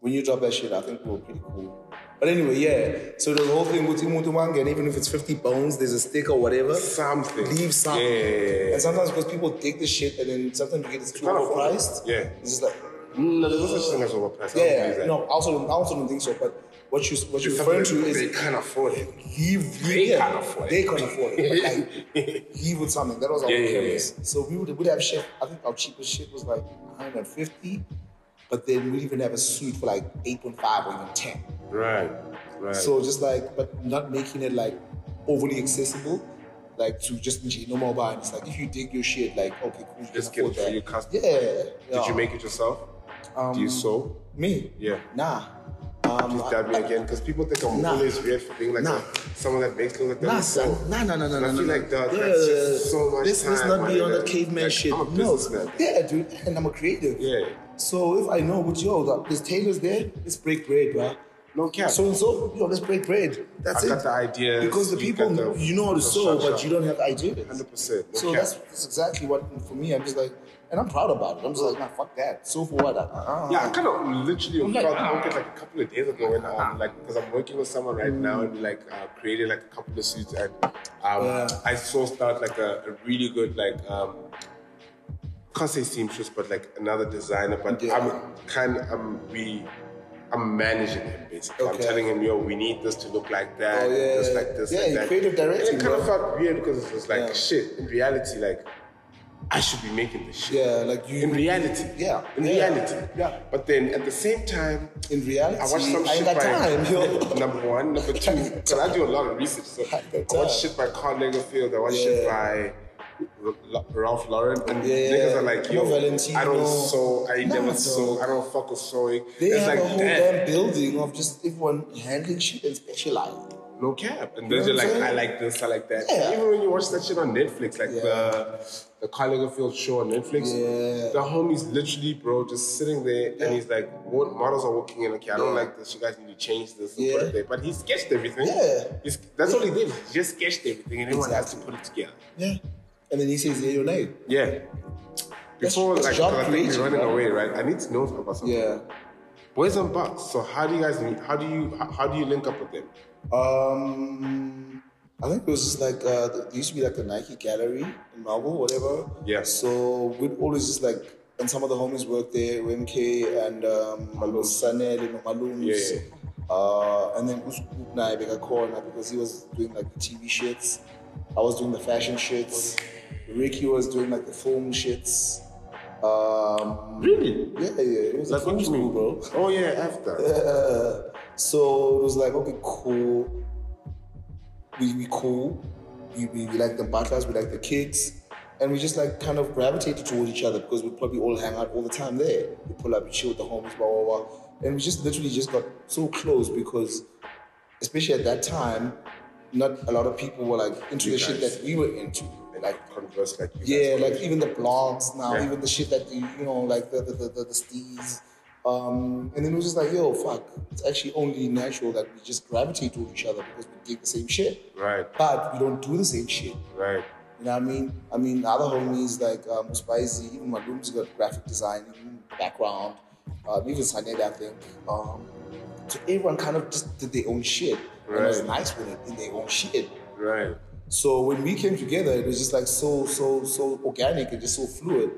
C: When you dropped that shit, I think we were pretty cool. But anyway, yeah. So the whole thing with Imutumanga, and even if it's 50 bones, there's a stick or whatever.
B: Something.
C: Leave something.
B: Yeah, yeah, yeah, yeah.
C: And sometimes because people take the shit and then sometimes you get it's too
B: can't afford it.
C: overpriced.
B: Yeah.
C: It's just like,
B: No, there's no such thing as overpriced. I don't believe
C: yeah,
B: that.
C: no, I also, don't- I also don't think so. But what, you, what you're
B: It's
C: referring
B: something
C: to
B: that
C: is
B: they can't afford it.
C: leave.
B: They
C: yeah,
B: can't afford it.
C: They can't afford it. But like, leave with something. That was our
B: Yeah, yeah,
C: premise. So we would would have shit. I think our cheapest shit was like 150, but then we'd even have a suit for like 8.5 or even 10.
B: Right, right.
C: So just like, but not making it like overly accessible. Like to just nje normal buy. And It's like if you dig your shit, like okay, cool, you
B: Just
C: can
B: give it
C: afford
B: to
C: that.
B: your customer.
C: Yeah. Um,
B: Did you make it yourself? Do you sew?
C: me?
B: Yeah.
C: Nah. Um,
B: Please dab me again, because people think I'm
C: Nah.
B: always weird for being like
C: Nah.
B: a- someone that makes clothes like that.
C: Nah,
B: We
C: son.
B: sew.
C: Nah, nah, nah, nah,
B: And
C: nah.
B: I feel
C: nah.
B: like that, that's just so much
C: Let's,
B: time.
C: let's not be
B: man,
C: on
B: and
C: that
B: I-
C: caveman
B: like,
C: shit.
B: I'm a
C: no,
B: businessman.
C: yeah, dude, and I'm a creative.
B: Yeah.
C: So if I know what yo, that there's tailors there, let's break bread, bro.
B: No cap.
C: So and so, yo, let's break bread. That's
B: I
C: it.
B: got the ideas,
C: Because the
B: you
C: people,
B: got the-
C: you know how to
B: the
C: sew, but
B: structure.
C: you don't have ideas.
B: 100%, no
C: So
B: cap.
C: that's, that's exactly what for me. I'm just like, and I'm proud about it. I'm just like, nah, fuck that. So for what? I, uh,
B: Yeah, I kind of literally
C: I'm
B: I'm
C: like, Uh-huh.
B: like, like a couple of days ago, and um, like because I'm working with someone right now, and we, like uh, created like a couple of suits, and um,
C: Yeah.
B: I sourced out like a, a really good like um, can't say seamstress, but like another designer. But
C: Yeah.
B: I'm kind, I'm we. I'm managing him basically. I'm
C: Okay.
B: telling him, yo, we need this to look like that,
C: Oh, yeah,
B: this
C: yeah,
B: like this,
C: yeah.
B: like
C: Yeah,
B: that.
C: creative directing,
B: And it kind of
C: bro.
B: felt weird because it was like,
C: Yeah.
B: shit. In reality, like, I should be making this shit.
C: Yeah, like you-
B: In reality.
C: Yeah,
B: In
C: yeah,
B: reality.
C: yeah.
B: But then at the same time,
C: in reality,
B: I watch some
C: I ain't
B: shit
C: got
B: by
C: time, yo.
B: number one, number two, because I do a lot of research. So
C: I
B: I
C: ain't got
B: watch
C: time.
B: shit by Carl Lagerfeld. I watch shit
C: Yeah.
B: by R- La- Ralph Lauren, and
C: Yeah, yeah,
B: niggas
C: yeah.
B: are like,
C: No
B: yo, I
C: Valentino.
B: don't sew, I
C: Nah,
B: never
C: dog.
B: sew, I don't fuck with sewing.
C: They
B: it's
C: have
B: like,
C: a whole
B: damn,
C: damn building of just everyone handling shit and specializing.
B: no cap. And then
C: You know
B: you're
C: what
B: like,
C: I'm
B: I
C: saying?
B: like this, I like that.
C: Yeah.
B: Even when you watch that shit on Netflix, like the the Karl Lagerfeld show on Netflix,
C: Yeah.
B: the homie's literally, bro, just sitting there
C: Yeah.
B: and he's like, what models are walking in? Okay, I don't
C: Yeah.
B: like this. You guys need to change this and
C: Yeah.
B: put it there. But he sketched everything.
C: Yeah.
B: He's, that's all he did. He just sketched everything and everyone has to put it together.
C: Yeah. And then he says, yeah, your name.
B: Yeah.
C: That's-
B: Before,
C: that's
B: like,
C: job
B: 'cause I think we're
C: creation,
B: running
C: bro.
B: away, right? I need to know about something.
C: Yeah.
B: Boys and Bucks. So how do you guys meet? How do you how, how do you link up with them?
C: Um, I think it was just like uh, there used to be like a Nike gallery in Marvel, whatever.
B: Yeah.
C: So we'd always just like, and some of the homies worked there, MK and um, Sanel and Malum.
B: Yeah, yeah.
C: Uh, and then Uskup Nai Corner because he was doing like the TV shits. I was doing the fashion shits. Ricky was doing like the film shits. Um,
B: Really?
C: Yeah, yeah. It was
B: Like
C: a
B: what
C: film
B: you
C: school,
B: mean,
C: bro.
B: Oh yeah, after.
C: Uh, so it was like, okay, cool. We, we cool. We, we, we like the butlers, we like the kids. And we just like kind of gravitated towards each other because we probably all hang out all the time there. We pull up, we chill with the homies, blah, blah, blah. And we just literally just got so close because, especially at that time, not a lot of people were like into
B: You
C: the shit
B: guys.
C: that we were into.
B: and
C: Like,
B: like converse like you
C: yeah,
B: guys
C: like
B: do.
C: even the blogs now,
B: Yeah.
C: even the shit that you, you know, like the the the, the, the steez. Um, and then it was just like, yo, fuck. It's actually only natural that we just gravitate toward each other because we dig the same shit.
B: Right.
C: But we don't do the same shit.
B: right
C: You know what I mean? I mean, other homies like um, Spicy, even Malum's got graphic designing background, uh, even Saned, I think. Um, so everyone kind of just did their own shit. And was
B: Right.
C: nice with it in their own shit.
B: Right.
C: So when we came together, it was just like so, so, so organic and just so fluid.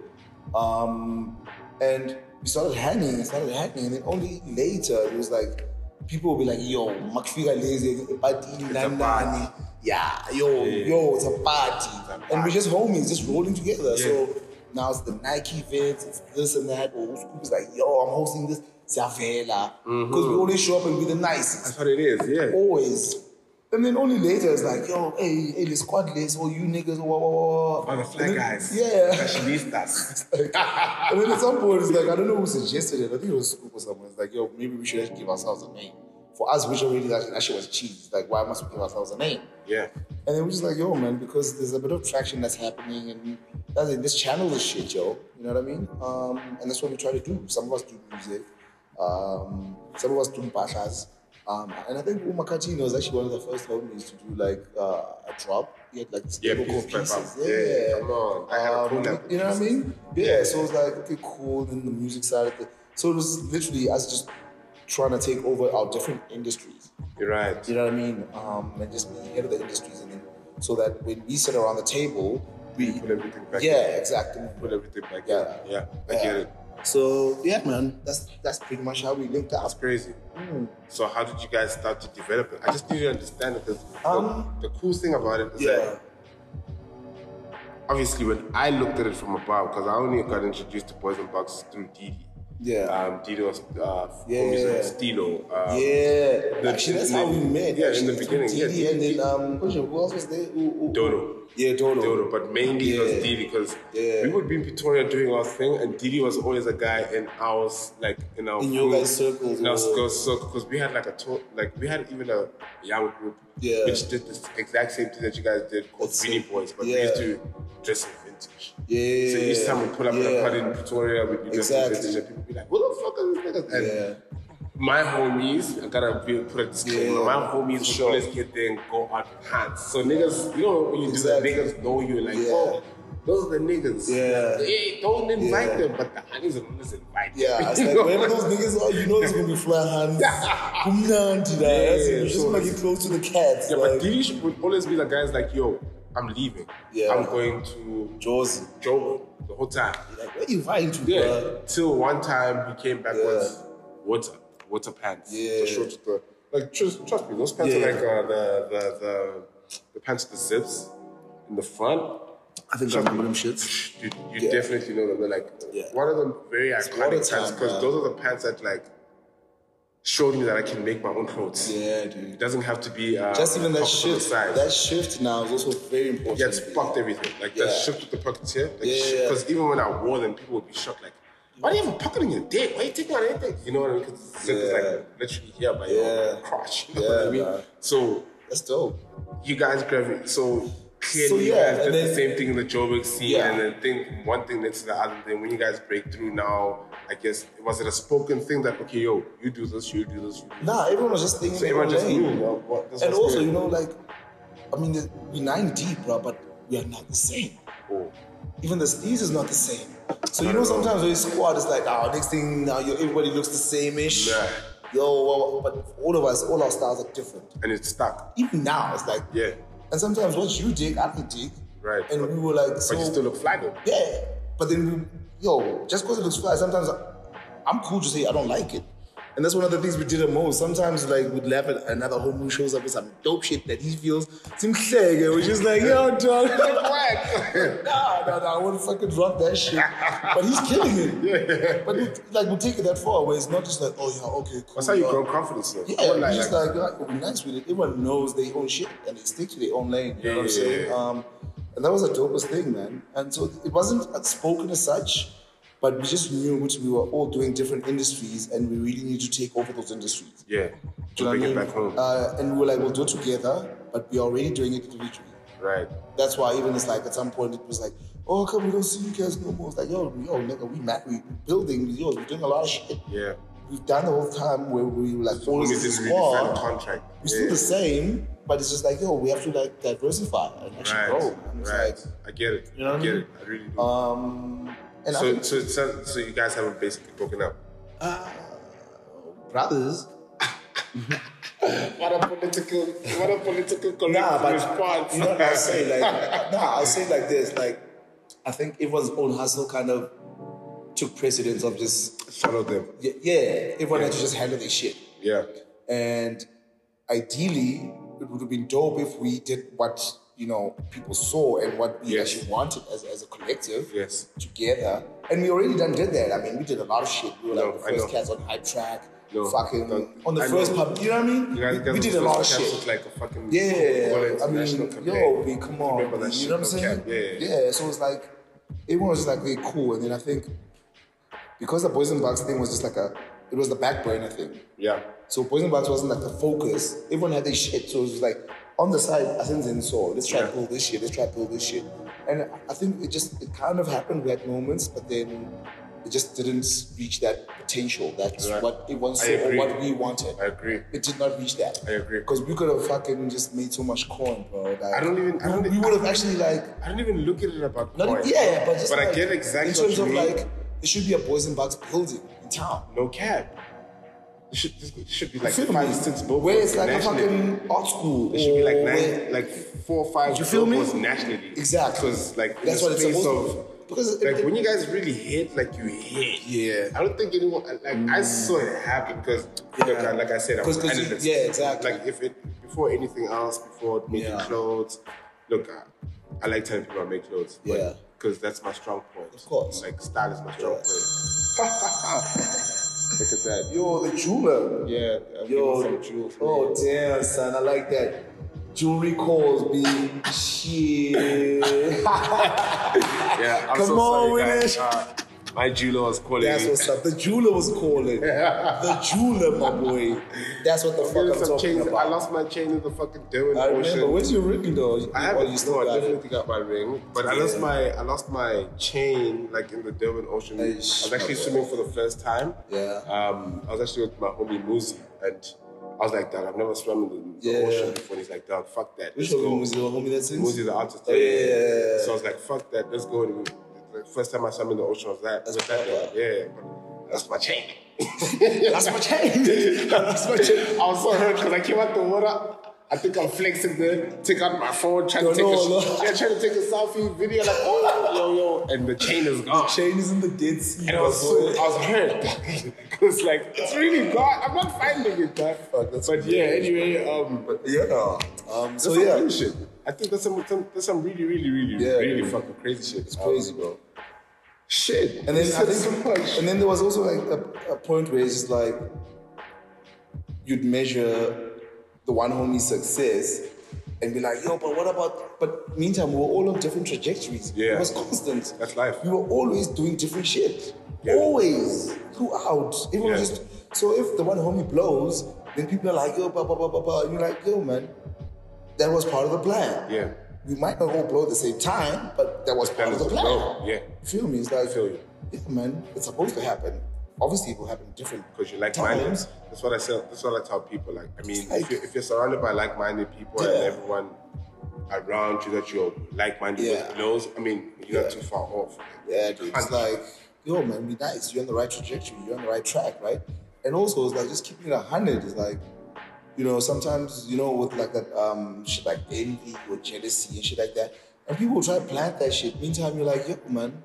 C: Um, and we started hanging and started hanging, and then only later it was like people will be like, "Yo, Makfika lazy, party, nanani, yeah, yo, yo, it's a party," and we're just homies, just rolling together. So now it's the Nike events, it's this and that. Or Scoop is like, "Yo, I'm hosting this." Zavela, because we always show up and be the nicest
B: That's what it is, yeah.
C: always. And then only later it's like, yo, hey, hey, the squad list, or you niggas, whoa, whoa, whoa.
B: All the fly
C: And then-
B: guys.
C: Yeah.
B: Fashionistas.
C: and then at some point it's like, I don't know who suggested it. I think it was Scoop or someone. It's like, yo, maybe we should actually give ourselves a name. For us, which already that, that shit was cheese. Like, why must we give ourselves a name?
B: Yeah.
C: And then we're just like, yo, man, because there's a bit of traction that's happening, and that's it. This channel is shit, yo. You know what I mean? Um, and that's what we try to do. Some of us do music, um, some of us do bashas. Um, and I think Umakatino was actually one of the first homies to do like uh, a drop. He had like
B: Yeah,
C: stable core
B: piece by
C: pieces. Um,
B: piece. Yeah, come on. I had a collab
C: You know what I
B: with
C: mean? Yeah. So it was like, okay, cool. And the music side of it. So it was literally us just trying to take over our different industries.
B: You're right.
C: You know what I mean? Um, and just being head of the industries, and then so that when we sit around the table, we
B: Put everything back
C: yeah,
B: in.
C: exactly.
B: Put everything back
C: Yeah.
B: in. Yeah. I get it.
C: So yeah, man, that's that's pretty much how we linked Mm. up.
B: That's crazy. So how did you guys start to develop it? I just need to understand it because
C: Um,
B: the, the cool thing about it is
C: Yeah,
B: that obviously when I looked at it from above, because I only got introduced to Poison Box through Didi.
C: Yeah.
B: Um, Didi was uh,
C: Yeah.
B: music Stilo. Um,
C: yeah.
B: the-
C: actually, that's
B: the-
C: how we met.
B: yeah, in
C: actually,
B: the beginning,
C: through
B: yeah.
C: TD, and then um, who else was there? Who- who- who-
B: Dodo.
C: Yeah, Dodo.
B: Dodo, but mainly it was
C: Yeah.
B: Didi because
C: Yeah.
B: we would be in Pretoria doing our thing, and Didi was always a guy in our s- like in our
C: In your
B: group,
C: guys' circles
B: in our
C: or-
B: circle because we had like a to- like we had even a young group
C: Yeah.
B: which did this exact same thing that you guys did called
C: That's
B: Vinny
C: it.
B: Boys, but
C: Yeah.
B: we used to dress in vintage.
C: Yeah.
B: So each time we pull up at a
C: Yeah.
B: party in Pretoria, we'd be dressed
C: Exactly.
B: in vintage, and people be like, "Who the fuck are these niggas?" And
C: Yeah.
B: my homies, I gotta be, put a disclaimer.
C: Yeah.
B: My homies would always get there and go out with hands. So niggas, you know when you
C: Exactly.
B: do that, niggas know you like,
C: Yeah.
B: oh, those are the niggas.
C: Yeah.
B: Hey, don't invite
C: Yeah.
B: them, but the honeys and always invite them.
C: Yeah, it's
B: You
C: like
B: know?
C: wherever those niggas are, you know it's gonna be fly hands. Kumnandi,
B: Yeah,
C: that's it. You just
B: so
C: wanna get close to the cats.
B: Yeah,
C: like,
B: but Didi would always be the guys like, yo, I'm leaving.
C: Yeah.
B: I'm going to
C: Josie.
B: Joe the whole time.
C: Like, where you find you,
B: Yeah.
C: bruh?
B: Till one time he came back
C: Yeah.
B: with water, water pants.
C: Yeah.
B: The short with the- like trust, trust me, those pants
C: Yeah.
B: are like uh, the, the the the pants with the zips in the front.
C: I think
B: Trust
C: I'm
B: me,
C: them shits.
B: You, you
C: Yeah.
B: definitely know them. They're like
C: Yeah.
B: one of them very
C: water
B: iconic pants
C: time,
B: because
C: man.
B: those are the pants that like showed me that I can make my own clothes.
C: Yeah, dude.
B: It doesn't have to be uh,
C: Just even that
B: popular
C: shift.
B: size.
C: That shift now is also very important.
B: Yeah, it's fucked everything. Like that
C: Yeah.
B: shift with the pockets here. Like
C: Yeah, yeah, yeah.
B: Because even when I wore them, people would be shocked. Like, why do you have a pocket in your dick? Why are you taking out anything? You know what I mean? Because zip is
C: Yeah.
B: like literally here by
C: Yeah.
B: your crotch. You know
C: Yeah,
B: what I mean?
C: man.
B: So
C: That's dope.
B: you guys gravitate. So clearly,
C: So,
B: you
C: yeah,
B: guys did
C: and
B: the
C: then-
B: same thing in the Joburg scene,
C: Yeah.
B: and then thing one thing led to the other. Then when you guys break through now, I guess was it a spoken thing that okay, yo, you do this, you do this, you do this.
C: Nah, everyone was just thinking.
B: So everyone just
C: lane.
B: knew. you know, what- that's
C: And
B: what's
C: also,
B: good.
C: you know, like, I mean, the- we're nine deep, bro, but we are not the same.
B: Oh.
C: Even the steez is not the same. So you know, sometimes when you squad, it's like, oh, next thing now, you everybody looks the same-ish.
B: Yeah.
C: Yo, well, but all of us, all our styles are different.
B: and it's stuck.
C: Even now, it's like,
B: Yeah.
C: And sometimes what you dig, I can dig.
B: Right.
C: And we were like, so
B: But you still look fly though.
C: Yeah, but then we, yo, just because it looks fly, sometimes I- I'm cool to say I don't like it. And that's one of the things we did the most. Sometimes like we'd laugh at another homie who shows up with some dope shit that he feels. Tim Sege, we're just like, yo, dog,
B: Whack.
C: nah, nah, nah, I want to fucking drop that shit. But he's killing it. But we, like we take it that far where it's not just like, oh yeah, okay, cool.
B: That's how you
C: yeah.
B: grow confidence though. I
C: Yeah,
B: won't
C: it's
B: lie,
C: just
B: like-
C: like, like we're nice with it. Everyone knows their own shit and they stick to their own lane. You know what I'm
B: Yeah, yeah,
C: saying?
B: yeah.
C: Um, and that was the dopest thing, man. And so it wasn't outspoken as such, but we just knew which we were all doing different industries, and we really need to take over those industries.
B: Yeah.
C: Do
B: To
C: you know
B: bring it
C: what I
B: back
C: mean?
B: home.
C: Uh, and we were like, we'll do it together, but we're already doing it individually.
B: right.
C: That's why even it's like at some point it was like, oh, come we don't see you guys no more. It's like, yo, yo, nigga, we mad, we building, yo, we're doing a lot of shit.
B: Yeah.
C: We've done the whole time where we were like
B: So
C: always
B: we
C: in the
B: didn't really
C: squad.
B: sign a contract.
C: We're still the same, but it's just like, yo, we have to like diversify and actually
B: Right.
C: grow. man. It's
B: right.
C: like-
B: I get it.
C: You know what
B: I
C: I
B: get
C: mean?
B: it. I really do.
C: um, and I
B: so,
C: think
B: so, so, so you guys haven't basically broken up.
C: brothers.
B: What a political, what a political correct
C: Nah, but you know what I'll say? Like, nah, I'll say like this. Like, I think everyone's own hustle kind of took precedence of just
B: Follow them.
C: yeah, yeah everyone had to just handle their shit.
B: Yeah.
C: And ideally, it would have been dope if we did what you know people saw and what we
B: Yes.
C: actually wanted as, as a collective
B: Yes.
C: together. And we already done did that. I mean, we did a lot of shit. We were
B: No,
C: like the
B: I
C: first
B: know.
C: cats on hype track,
B: No,
C: fucking
B: that-
C: on the
B: I
C: first
B: know.
C: pub. You know what I mean?
B: You guys,
C: we, we did a lot of shit.
B: Like a fucking football
C: Yeah, I
B: international
C: mean,
B: campaign.
C: yo, we, come on,
B: Remember that
C: we-
B: shit
C: you know what I'm
B: on
C: saying?
B: cap, yeah.
C: so it's like everyone was just like, okay, cool, and then I think because the Boys and Bucks thing was just like a, it was the back burner thing.
B: Yeah.
C: So Boys and Bucks wasn't like the focus. Everyone had their shit, so it was like on the side, I think in saw, let's try to
B: Yeah.
C: pull this shit, let's try to pull this shit, and I think it just it kind of happened. We had moments, but then. It just didn't reach that potential. That's
B: Right.
C: what everyone
B: I
C: saw or
B: agree.
C: what we wanted.
B: I agree.
C: It did not reach that.
B: I agree.
C: Because we could have fucking just made so much corn, bro. Like,
B: I don't even- I don't
C: we,
B: e-
C: would have actually like.
B: I don't even look at it about
C: Not,
B: point.
C: Yeah, but just.
B: But I
C: like,
B: get exactly
C: In terms
B: what
C: of
B: you mean.
C: like, it should be a boys and bucks building in town.
B: no cab. It should, it should be like
C: You feel
B: five,
C: me?
B: six billboards
C: Where it's like a
B: nationally.
C: fucking art school.
B: It should be like
C: or
B: nine,
C: where-
B: like four, or five.
C: You feel me?
B: billboards Nationally,
C: Exactly.
B: Because like in
C: That's
B: the
C: what it's
B: space of.
C: supposed to- because it-
B: like
C: it-
B: when you guys really hit, like you hit.
C: Yeah.
B: I don't think anyone like I saw it happen because look, I- like I said, I was
C: 'Cause- 'cause you-
B: analyst.
C: yeah, exactly.
B: Like if it before anything else, before making
C: Yeah.
B: clothes, look, I, I like telling people I make clothes.
C: Yeah.
B: Because that's my strong point. Of
C: course.
B: Like style is my strong point.
C: Yeah.
B: look at that.
C: Yo, the jeweler.
B: Yeah, I'm
C: Yo,
B: getting some jewels from
C: oh
B: you.
C: damn, son, I like that. Jewelry calls, B. Shit.
B: Yeah, I'm
C: Come
B: so
C: on
B: sorry,
C: with
B: guys.
C: it.
B: Uh, my jeweler was calling
C: That's
B: me.
C: what's up. The jeweler was calling. The jeweler, my boy. That's what the fuck
B: Getting
C: I'm
B: some
C: talking
B: chains.
C: about.
B: I lost my chain in the fucking Durban
C: I remember.
B: ocean.
C: Where's your ring
B: I
C: though? Or
B: haven't.
C: you
B: You
C: still
B: no, I
C: got it?
B: definitely got my ring, but I lost
C: Yeah.
B: my I lost my chain like in the Durban ocean. I was
C: Eish,
B: actually
C: my boy.
B: swimming for the first time.
C: Yeah.
B: Um, I was actually with my homie Muzi, and I was like, "Dad, I've never swum in the, the
C: Yeah.
B: ocean before." And he's like, "Dog, fuck that."
C: Which
B: Let's
C: one
B: go."
C: was your homie that sings?
B: Muzi's an artist.
C: Oh, yeah, yeah, yeah, yeah.
B: So I was like, "Fuck that, let's go." And we, the first time I swam in the ocean was that.
C: That's
B: with that
C: proper.
B: guy. Yeah. but That's my chain.
C: That's my chain. That's my chain.
B: I was so hurt because I came out the water. I think I'm flexing there, take out my phone, trying to
C: Don't
B: take
C: know,
B: a
C: no.
B: yeah, trying to take a selfie video, like oh yo yo, and the chain is gone.
C: Chain is in the dead sea.
B: And I
C: my
B: was so,
C: boy.
B: I was hurt because like it's really gone. I'm not finding it. Man.
C: Fuck, that's
B: But yeah, anyway, um, but
C: yeah. Um, so
B: that's some
C: yeah,
B: crazy shit. I think that's some, some that's some really really really
C: Yeah.
B: really fucking crazy shit. Uh,
C: it's crazy, bro.
B: Shit.
C: And then
B: You
C: I
B: said
C: think,
B: so much.
C: and then there was also like a, a point where it's just like you'd measure the one homie's success and be like, yo, but what about? But meantime, we were all on different trajectories.
B: Yeah.
C: it was constant.
B: That's life.
C: We were always doing different shit.
B: Yeah.
C: Always throughout. Everyone was
B: Yeah.
C: just so if the one homie blows, then people are like, yo, blah blah blah blah blah, and you're like, yo, man, that was part of the plan.
B: Yeah.
C: We might not all blow at the same time, but that was
B: That
C: part of
B: is
C: the
B: a
C: plan.
B: blow. Yeah.
C: You feel me? It's like,
B: feel you.
C: yeah, man, it's supposed to happen. Obviously, it will happen different
B: because you're like-minded.
C: times.
B: That's what I say. That's what I tell people. Like, I mean,
C: Like-
B: if, you're, if you're surrounded by like-minded people and
C: Yeah.
B: everyone around you that you're like-minded
C: Yeah.
B: with knows, I mean, you're not
C: Yeah.
B: too far off.
C: Yeah, dude. It's like, yo, man, be nice. You're on the right trajectory. You're on the right track, right? And also, it's like just keeping it a hundred. It's like, you know, sometimes you know with like that um shit like envy or jealousy and shit like that, and people try to plant that shit. Meantime, you're like, yo, man.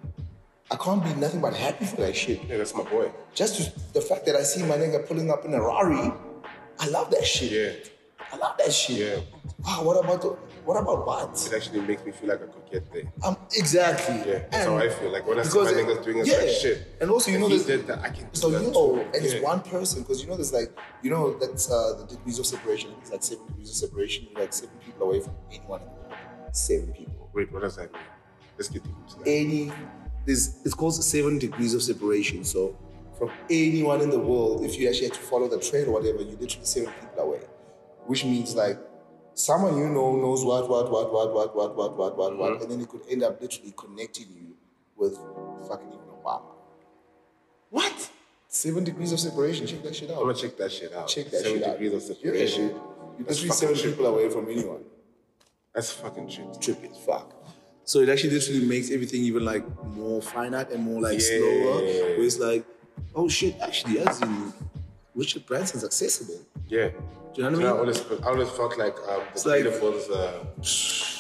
C: I can't be nothing but happy for that shit.
B: yeah, that's my boy.
C: Just to, the fact that I see my nigga pulling up in a Rari, I love that shit.
B: Yeah.
C: I love that shit.
B: Yeah.
C: Ah, what about the, what about what?
B: It actually makes me feel like I could get there.
C: Um, exactly.
B: Yeah, that's how I feel. Like, when I see my
C: it-
B: niggas doing it, it's
C: yeah.
B: like, shit,
C: And also, you
B: if
C: know,
B: he
C: there's
B: did that, I can do
C: so
B: that
C: you
B: too.
C: know, and
B: Yeah.
C: it's one person because you know, there's like you know that's uh, the degrees of separation. It's like seven degrees of separation. You're like seven people away from anyone in the world. Seven people.
B: Wait, what does that mean? Let's get deep into that.
C: Any there's it's called seven degrees of separation. So from anyone in the world, if you actually had to follow the trail or whatever, you're literally seven people away, which means like. Someone you know knows what, what, what, what, what, what, what, what, what, what,
B: Mm-hmm.
C: and then it could end up literally connecting you with fucking even Obama.
B: what?
C: Seven degrees of separation. Check that shit out.
B: I'm gonna check that shit out.
C: Check that
B: Seven
C: shit out.
B: degrees of
C: Check that
B: separation.
C: shit. You're
B: That's
C: literally
B: fucking
C: seven
B: trip.
C: people away from anyone.
B: That's fucking trip.
C: Trip is fuck. So it actually literally makes everything even like more finite and more like
B: Yeah.
C: slower. Where it's like, oh shit, actually, as in Richard Branson's accessible.
B: Yeah.
C: Do you know what I mean?
B: I always, I always felt like um, the
C: like-
B: creative was. Uh,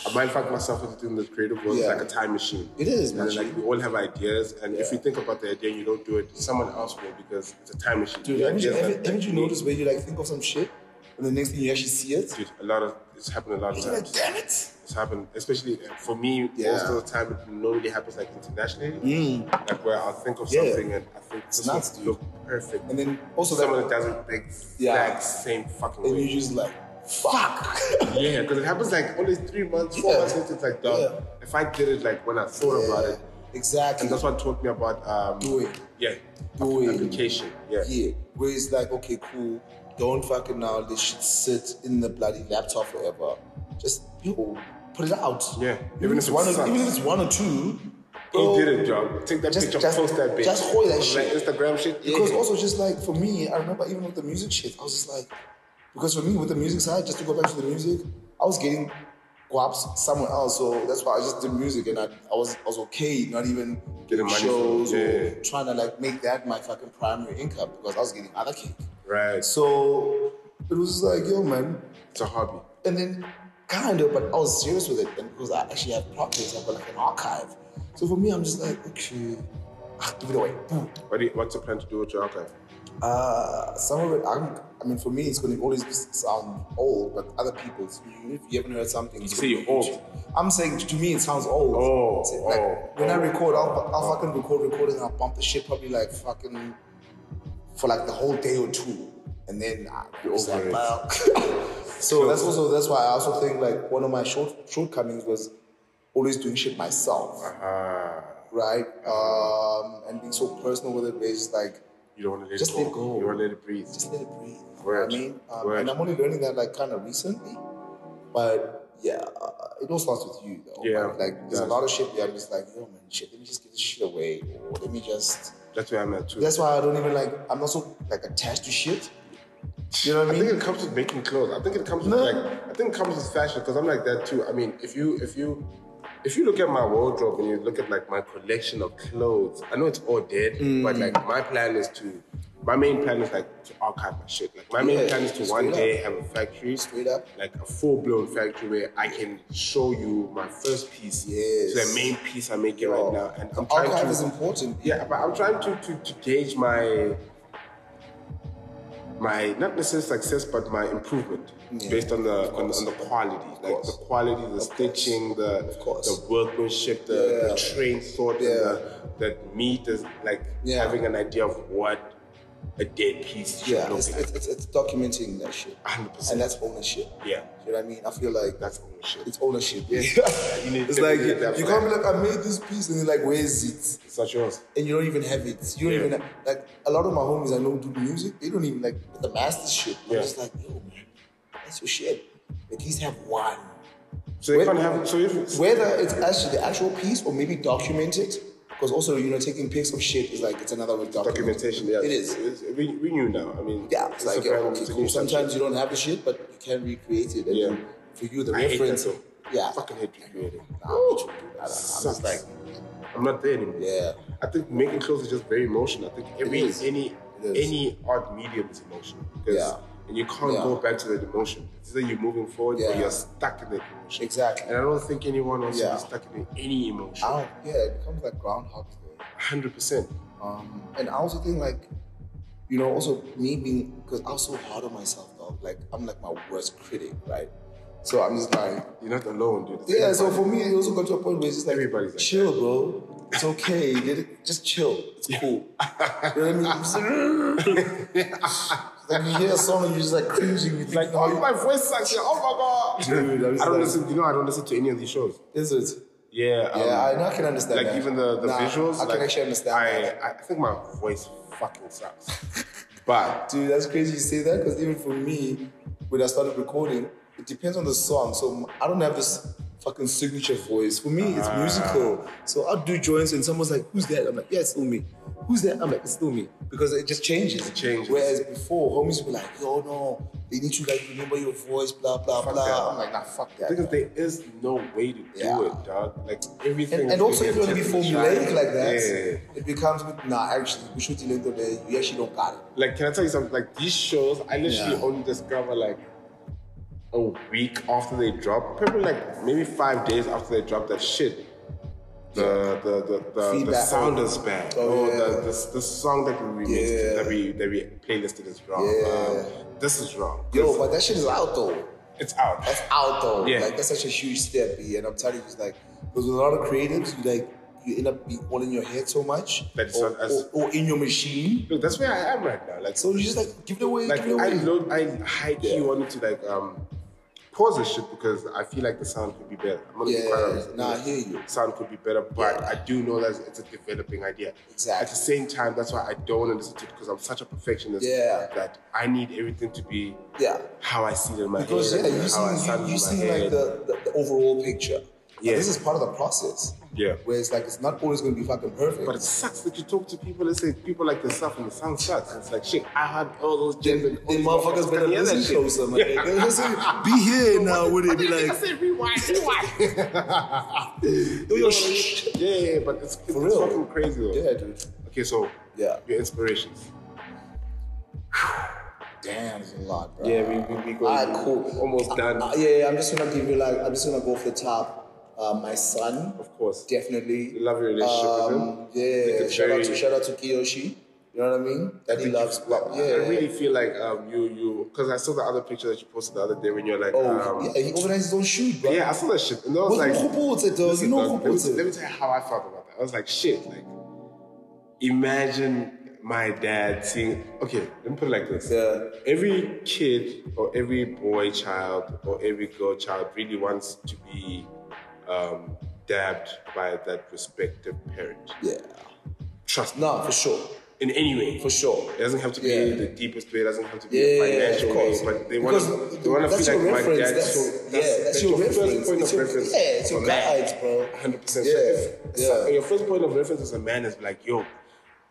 B: I mind fucked myself into doing the creative world.
C: Yeah.
B: It's like a time machine.
C: It is,
B: And then,
C: actually.
B: like we all have ideas, and if
C: Yeah.
B: you think about the idea, and you don't do it. Someone else will because it's a time machine.
C: Dude,
B: The
C: haven't, you,
B: ideas
C: haven't,
B: that-
C: haven't you noticed where you like think of some shit and the next thing you actually see it?
B: Dude, a lot of it's happened a lot of
C: You're like,
B: times.
C: damn it!
B: It's happened, especially uh, for me.
C: Yeah. Mm.
B: Most of the time, it normally happens like internationally, like where I'll think of
C: Yeah.
B: something and I think this
C: nuts,
B: would
C: dude.
B: look perfect,
C: And then also that-
B: someone that doesn't think
C: Yeah.
B: that same fucking
C: And
B: way.
C: you just like, fuck!
B: Yeah, because it happens like only three months, four
C: Yeah.
B: months later. It's like, dog,
C: Yeah.
B: if I did it like when I thought about it,
C: Exactly.
B: and that's what taught me about um,
C: Doing.
B: Yeah,
C: Doing.
B: application. Yeah.
C: Yeah, where it's like, okay, cool. Don't fucking now let shit sit in the bloody laptop forever. Just yo, put it out.
B: Yeah, even
C: Even
B: if
C: if
B: it
C: one, or,
B: sucks.
C: even if it's one or two.
B: You
C: bro,
B: did it, dog. Take that
C: Just-
B: picture,
C: just-
B: post that bitch.
C: just hold that
B: On
C: shit.
B: Instagram shit.
C: Because
B: yeah.
C: also just like for me, I remember even with the music shit, I was just like, because for me with the music side, just to go back to the music, I was getting guaps somewhere else, so that's why I just did music and I, I was I was okay, not even
B: Getting
C: getting
B: money from
C: shows
B: it,
C: or
B: yeah.
C: trying to like make that my fucking primary income because I was getting other cake.
B: right.
C: So it was just like, yo, man.
B: It's a hobby.
C: And then kind of, but I was serious with it and because I actually have properties, I've got like an archive. So for me, I'm just like, okay, ah, give it away. Boom.
B: What do you, what's your plan to do with your archive?
C: Uh, some of it, I'm, I mean, for me, it's going to always just sound old, but other people, it's- you- if you haven't heard something, it's
B: You say
C: gonna be
B: you're old.
C: YouTube. I'm saying to me, it sounds old.
B: Oh,
C: It's like,
B: oh,
C: when I
B: oh,
C: record, I'll, I'll fucking record, record, and I'll bump the shit probably like fucking for like the whole day or two, and then I
B: You're
C: was
B: over
C: like,
B: it.
C: wow. so that's also that's why I also think like one of my short shortcomings was always doing shit myself,
B: Uh-huh.
C: right? Um, and being so personal with it, where it's just like
B: You don't want to let
C: Just
B: it go.
C: let go.
B: You want to let it breathe.
C: just let it breathe. You know what
B: Word.
C: I mean, um,
B: Word.
C: and I'm only learning that like kind of recently, but yeah, uh, it all starts with you though.
B: Yeah.
C: like, like there's
B: Yeah.
C: a lot of shit that I'm just like, yo man, shit, let me just give this shit away, or let me just.
B: That's where I'm at too.
C: That's why I don't even like. I'm not so like attached to shit. You know what I
B: I
C: mean?
B: think it comes with making clothes. I think it comes with
C: No.
B: like I think it comes with fashion because I'm like that too. I mean, if you if you if you look at my wardrobe and you look at like my collection of clothes, I know it's all dead, but like
C: Mm.
B: my plan is to my main plan is like to archive my shit. Like my main
C: Yeah,
B: plan is to
C: straight
B: one
C: up.
B: day have a factory,
C: Straight up.
B: like a full blown factory where I can show you my first piece,
C: Yes.
B: to the main piece I'm making
C: Yo,
B: right now, and I'm trying
C: Archive
B: to
C: is important.
B: yeah, but I'm trying to, to, to gauge my my not necessarily success, but my improvement
C: Yeah.
B: based on the on, the- on the quality, like
C: course.
B: the quality, the stitching, the
C: Of course.
B: the workmanship, the, the
C: Yeah.
B: train thought, and
C: Yeah.
B: the, that meat is like
C: Yeah.
B: having an idea of what a dead piece should
C: Yeah,
B: look
C: it's,
B: like.
C: it's, it's, it's documenting that shit,
B: 100%.
C: and that's ownership.
B: Yeah.
C: you know what I mean. I feel like
B: That's ownership.
C: It's ownership. Yeah,
B: You need
C: it's
B: to
C: like
B: get that
C: you
B: for
C: can't be
B: that.
C: like I made this piece and you're like where is it?
B: It's not yours.
C: And you don't even have it. You don't
B: Yeah.
C: even have, like a lot of my homies I know do music. They don't even like the master shit. I'm
B: Yeah.
C: just like yo man, that's your shit. At least have one.
B: So you
C: Where-
B: can't have. So if
C: Whether it's actually the actual piece or maybe documented, because also you know taking pics of shit is like it's another way of documenting.
B: documentation, yeah,
C: it is.
B: It's, we, we knew now. I mean,
C: Yeah, it's like
B: a
C: yeah,
B: brand
C: okay,
B: to
C: cool.
B: do something.
C: Sometimes you don't have the shit, but you can recreate it. And
B: Yeah.
C: then for you, the
B: I hate that
C: reference.
B: though.
C: yeah.
B: Fucking hate recreating.
C: Nah, me too, dude. I don't know. I'm just like,
B: I'm not there anymore.
C: Yeah.
B: I think making clothes is just very emotional. I think every
C: It is.
B: any
C: It is.
B: any art medium is emotional. 'Cause-
C: Yeah.
B: And you can't
C: Yeah.
B: go back to that emotion. It's either you're moving forward or
C: Yeah.
B: you're stuck in that emotion.
C: Exactly.
B: And I don't think anyone wants to
C: Yeah.
B: be stuck in any emotion.
C: I don't, yeah, it becomes like groundhog day.
B: Hundred percent.
C: Um, and I also think like, you know, also me being because I was so hard on myself, dog. Like I'm like my worst critic, right? So I'm just like,
B: You're not alone, dude. It's
C: yeah. So
B: everybody.
C: for me, it also got to a point where it's just like,
B: Everybody's like
C: chill, bro. It's okay. Let it- Just chill. It's cool. you know what I mean? I'm just like, like you hear a song and you're just like cringing. You
B: like,
C: think,
B: oh, my voice sucks. Yeah, Oh my god.
C: Dude, I'm just
B: I don't
C: like-
B: listen. You know, I don't listen to any of these shows.
C: is it?
B: Yeah. um,
C: Yeah, I know. I can understand.
B: like
C: that.
B: even the, the
C: Nah,
B: visuals.
C: I
B: like,
C: can actually understand.
B: I,
C: that.
B: I think my voice fucking sucks. but
C: Dude, that's crazy you say that because even for me, when I started recording, it depends on the song. So m- I don't have this fucking signature voice. For me, it's musical. So I'll do joints and someone's like, who's that? I'm like, yeah, it's still me. Who's that? I'm like, it's still me. Because it just changes. It
B: changes.
C: Whereas before, homies were like, yo, no, they need to like remember your voice, blah, blah,
B: Fuck
C: blah.
B: that.
C: I'm like, nah, fuck that.
B: Because there is no way to do
C: Yeah.
B: it, dog. Like everything.
C: And,
B: is
C: and also, if you
B: being
C: want to be
B: different.
C: formulaic like that,
B: Yeah.
C: it becomes nah. Actually, we shoot later there. You actually don't got it.
B: Like, can I tell you something? Like these shows, I literally
C: Yeah.
B: only discover like a week after they drop. Probably like maybe five days after they drop that shit. The the the, the, the
C: Feedback.
B: sound is bad.
C: Oh,
B: or
C: yeah.
B: the, the the song that we remixed,
C: Yeah.
B: that we that we playlisted is wrong. Um,
C: Yeah.
B: this is wrong.
C: Yo, but that shit is out though.
B: it's out.
C: That's out though.
B: Yeah.
C: Like that's such a huge step. B, And I'm telling you, it's like because with a lot of creatives, you like you end up be all in your head so much,
B: That it's
C: or,
B: not as-
C: or, or in your machine.
B: Look, that's where I am right now. Like
C: So you just like give it away,
B: like
C: give it away.
B: I know I high key wanted to like um pause this shit because I feel like the sound could be better. I'm gonna be
C: Yeah,
B: quite honest.
C: nah, I hear you.
B: Sound could be better, but I do know that it's a developing idea.
C: Exactly.
B: At the same time, that's why I don't want to listen to it because I'm such a perfectionist
C: Yeah.
B: that I need everything to be
C: Yeah.
B: how I see it in my
C: because
B: head.
C: yeah, you
B: how I
C: see,
B: sound
C: you,
B: in
C: you
B: my
C: see
B: head.
C: like the, the, the overall picture. Yeah.
B: Yeah.
C: this is part of the process.
B: Yeah.
C: Where it's like it's not always going to be fucking perfect.
B: But it sucks that you talk to people and say people like yourself and the sound sucks. It's like shit. I had all those gems and all
C: Then
B: these
C: motherfuckers better
B: yeah, that
C: listen
B: shit.
C: closer, man. They listen- Be here now, would it be like? Yo, yo, shh.
B: Yeah, yeah, but it's, it's,
C: For real.
B: fucking crazy though.
C: Yeah, dude.
B: Okay, so
C: Yeah.
B: your inspirations.
C: Damn, it's a lot, bro.
B: Yeah, we we, we go
C: All right, cool.
B: almost done.
C: Uh, yeah, yeah, I'm just gonna give you like, I'm just gonna go off the top. Uh, my son,
B: of course.
C: definitely.
B: You love your relationship
C: Um,
B: with him.
C: yeah,
B: It's
C: shout out to
B: very-
C: shout out to Kiyoshi. You know what I mean? That he
B: think
C: loves.
B: you- like,
C: yeah,
B: I really feel like um you you because I saw the other picture that you posted the other day when you're like
C: Oh,
B: um,
C: yeah, he organized his own shoot, bro.
B: Yeah, I saw that shit. And I was
C: What-
B: like,
C: who bought it, dog?
B: Listen,
C: You know
B: dog,
C: who
B: let, me,
C: bought it?
B: let me tell you how I felt about that. I was like, shit, like, imagine my dad seeing. Okay, let me put it like this.
C: Yeah.
B: Every kid or every boy child or every girl child really wants to be um, dabbed by that respective parent.
C: Yeah.
B: Trust me.
C: No, for sure,
B: In any way.
C: for sure.
B: It doesn't have to be
C: Yeah.
B: the deepest way. It doesn't have to be
C: Yeah,
B: a
C: of
B: financial way,
C: course.
B: but they want
C: Because
B: to. They want to
C: that's
B: feel like
C: your
B: my
C: reference,
B: dad.
C: that's-
B: so
C: yeah, that's your reference.
B: first point
C: It's
B: of
C: your-
B: reference.
C: yeah, it's your guides, bro.
B: Hundred percent.
C: Yeah, yeah.
B: So your first point of reference as a man is like, yo,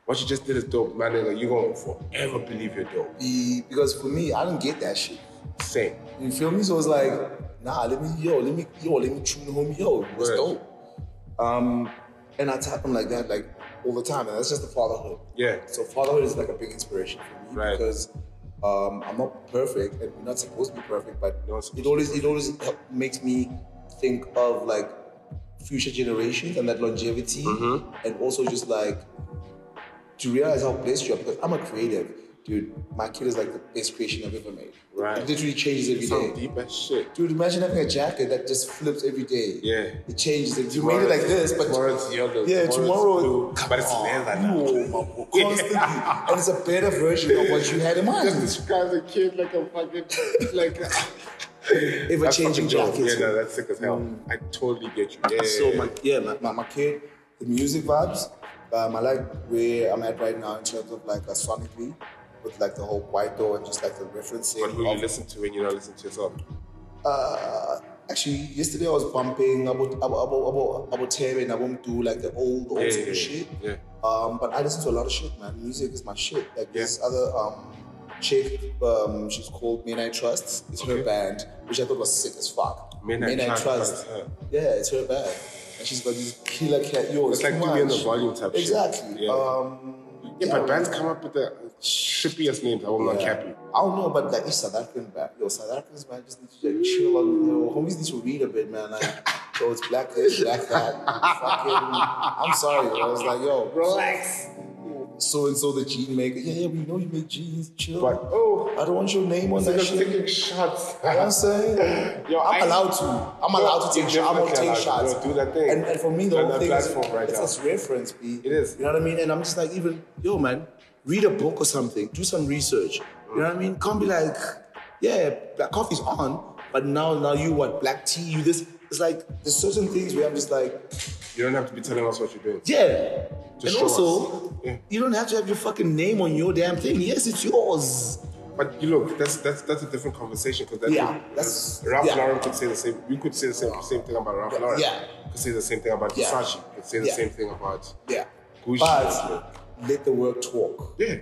B: what you just did is dope, man. Nigga, you gonna forever believe you're dope.
C: Be- because for me, I didn't get that shit.
B: Same.
C: You feel me? So it's like, nah, let me yo, let me yo, let me tune home yo. It was
B: Word.
C: dope. Um, and I tap him like that, like all the time, and that's just the fatherhood.
B: Yeah.
C: So fatherhood is like a big inspiration for me
B: Right.
C: because um, I'm not perfect, and we're not supposed to be perfect, but
B: You're not supposed
C: it always it always help, makes me think of like future generations and that longevity,
B: Mm-hmm.
C: and also just like to realize how blessed you are because I'm a creative. Dude, my kid is like the best creation I've ever made.
B: Right.
C: It literally changes every day.
B: Some deep as shit.
C: Dude, imagine having a jacket that just flips every day.
B: Yeah.
C: It changes. It. You made it like this, but
B: tomorrow it's yellow.
C: yeah,
B: tomorrow
C: tomorrow.
B: it's blue, but it's
C: Oh,
B: leather
C: you
B: now.
C: are my boy, Constantly. and it's a better version of what you had in
B: Just
C: mind.
B: describes a kid like a fucking like. a-
C: Ever
B: That's
C: changing
B: fucking dope.
C: jackets. Mm.
B: Yeah, no, that's sick as hell. I totally get you. Yeah,
C: So my yeah, my, my, my kid, the music vibes. Um, I like where I'm at right now in terms of like uh, sonically, with like the whole white door and just like the referencing.
B: But who
C: of-
B: you listen to when you're not listening to yourself?
C: uh, actually yesterday I was bumping about about about about Terry and about do like the old old
B: Yeah,
C: school
B: yeah,
C: shit.
B: yeah.
C: Um, but I listen to a lot of shit, man. Music is my shit. Like
B: Yeah.
C: this other um chick, um, she's called Men I Trust. It's her
B: Okay.
C: band, which I thought was sick as fuck.
B: Men I Trust, that's her.
C: Yeah, it's her band. And she's got these killer cat. Yo,
B: It's like
C: too
B: Doobie and
C: much.
B: the Volume type shit.
C: Exactly.
B: Yeah.
C: Um,
B: Yeah, but bands come up with the shippiest names. I will not cap you.
C: I don't know, but like it's South African band. Yo, South Africans man just need to like, chill on yo, homies need to read a bit, man. Like, yo, it's black this, black that. Fucking I'm sorry, bro. I was like, yo, relax. So and so the jean maker. Yeah, yeah, we know you make jeans, chill.
B: But oh,
C: I don't want your name on
B: so
C: that
B: you're
C: shit.
B: taking shots.
C: You know what I'm saying?
B: Yo,
C: I'm
B: I-
C: allowed to. I'm
B: No,
C: allowed to
B: you're
C: take shots. I'm gonna
B: definitely
C: take
B: allowed to.
C: shots.
B: Yo, do that thing.
C: And, and for me, the
B: On
C: whole
B: that
C: thing is
B: platform right
C: it's
B: now.
C: this reference, B.
B: It is.
C: You know what I mean? And I'm just like, even yo, man, read a book or something. Do some research. You know what I mean? Can't be like, yeah, black coffee's on, but now, now you what? Black tea? You this? It's like there's certain things where I'm just like,
B: You don't have to be telling us what you're doing.
C: yeah.
B: To
C: and
B: show
C: also,
B: us. Yeah.
C: you don't have to have your fucking name on your damn thing. Yes, it's yours.
B: But you look, that's that's that's a different conversation because
C: Yeah, that's-
B: uh, Ralph
C: yeah.
B: Lauren could say the same. You could say the same, same thing about Ralph
C: Yeah,
B: Lauren.
C: yeah.
B: Could say the same thing about
C: Yeah.
B: Versace. Could say the
C: Yeah.
B: same thing about
C: Yeah.
B: Gucci.
C: But let the work talk.
B: yeah.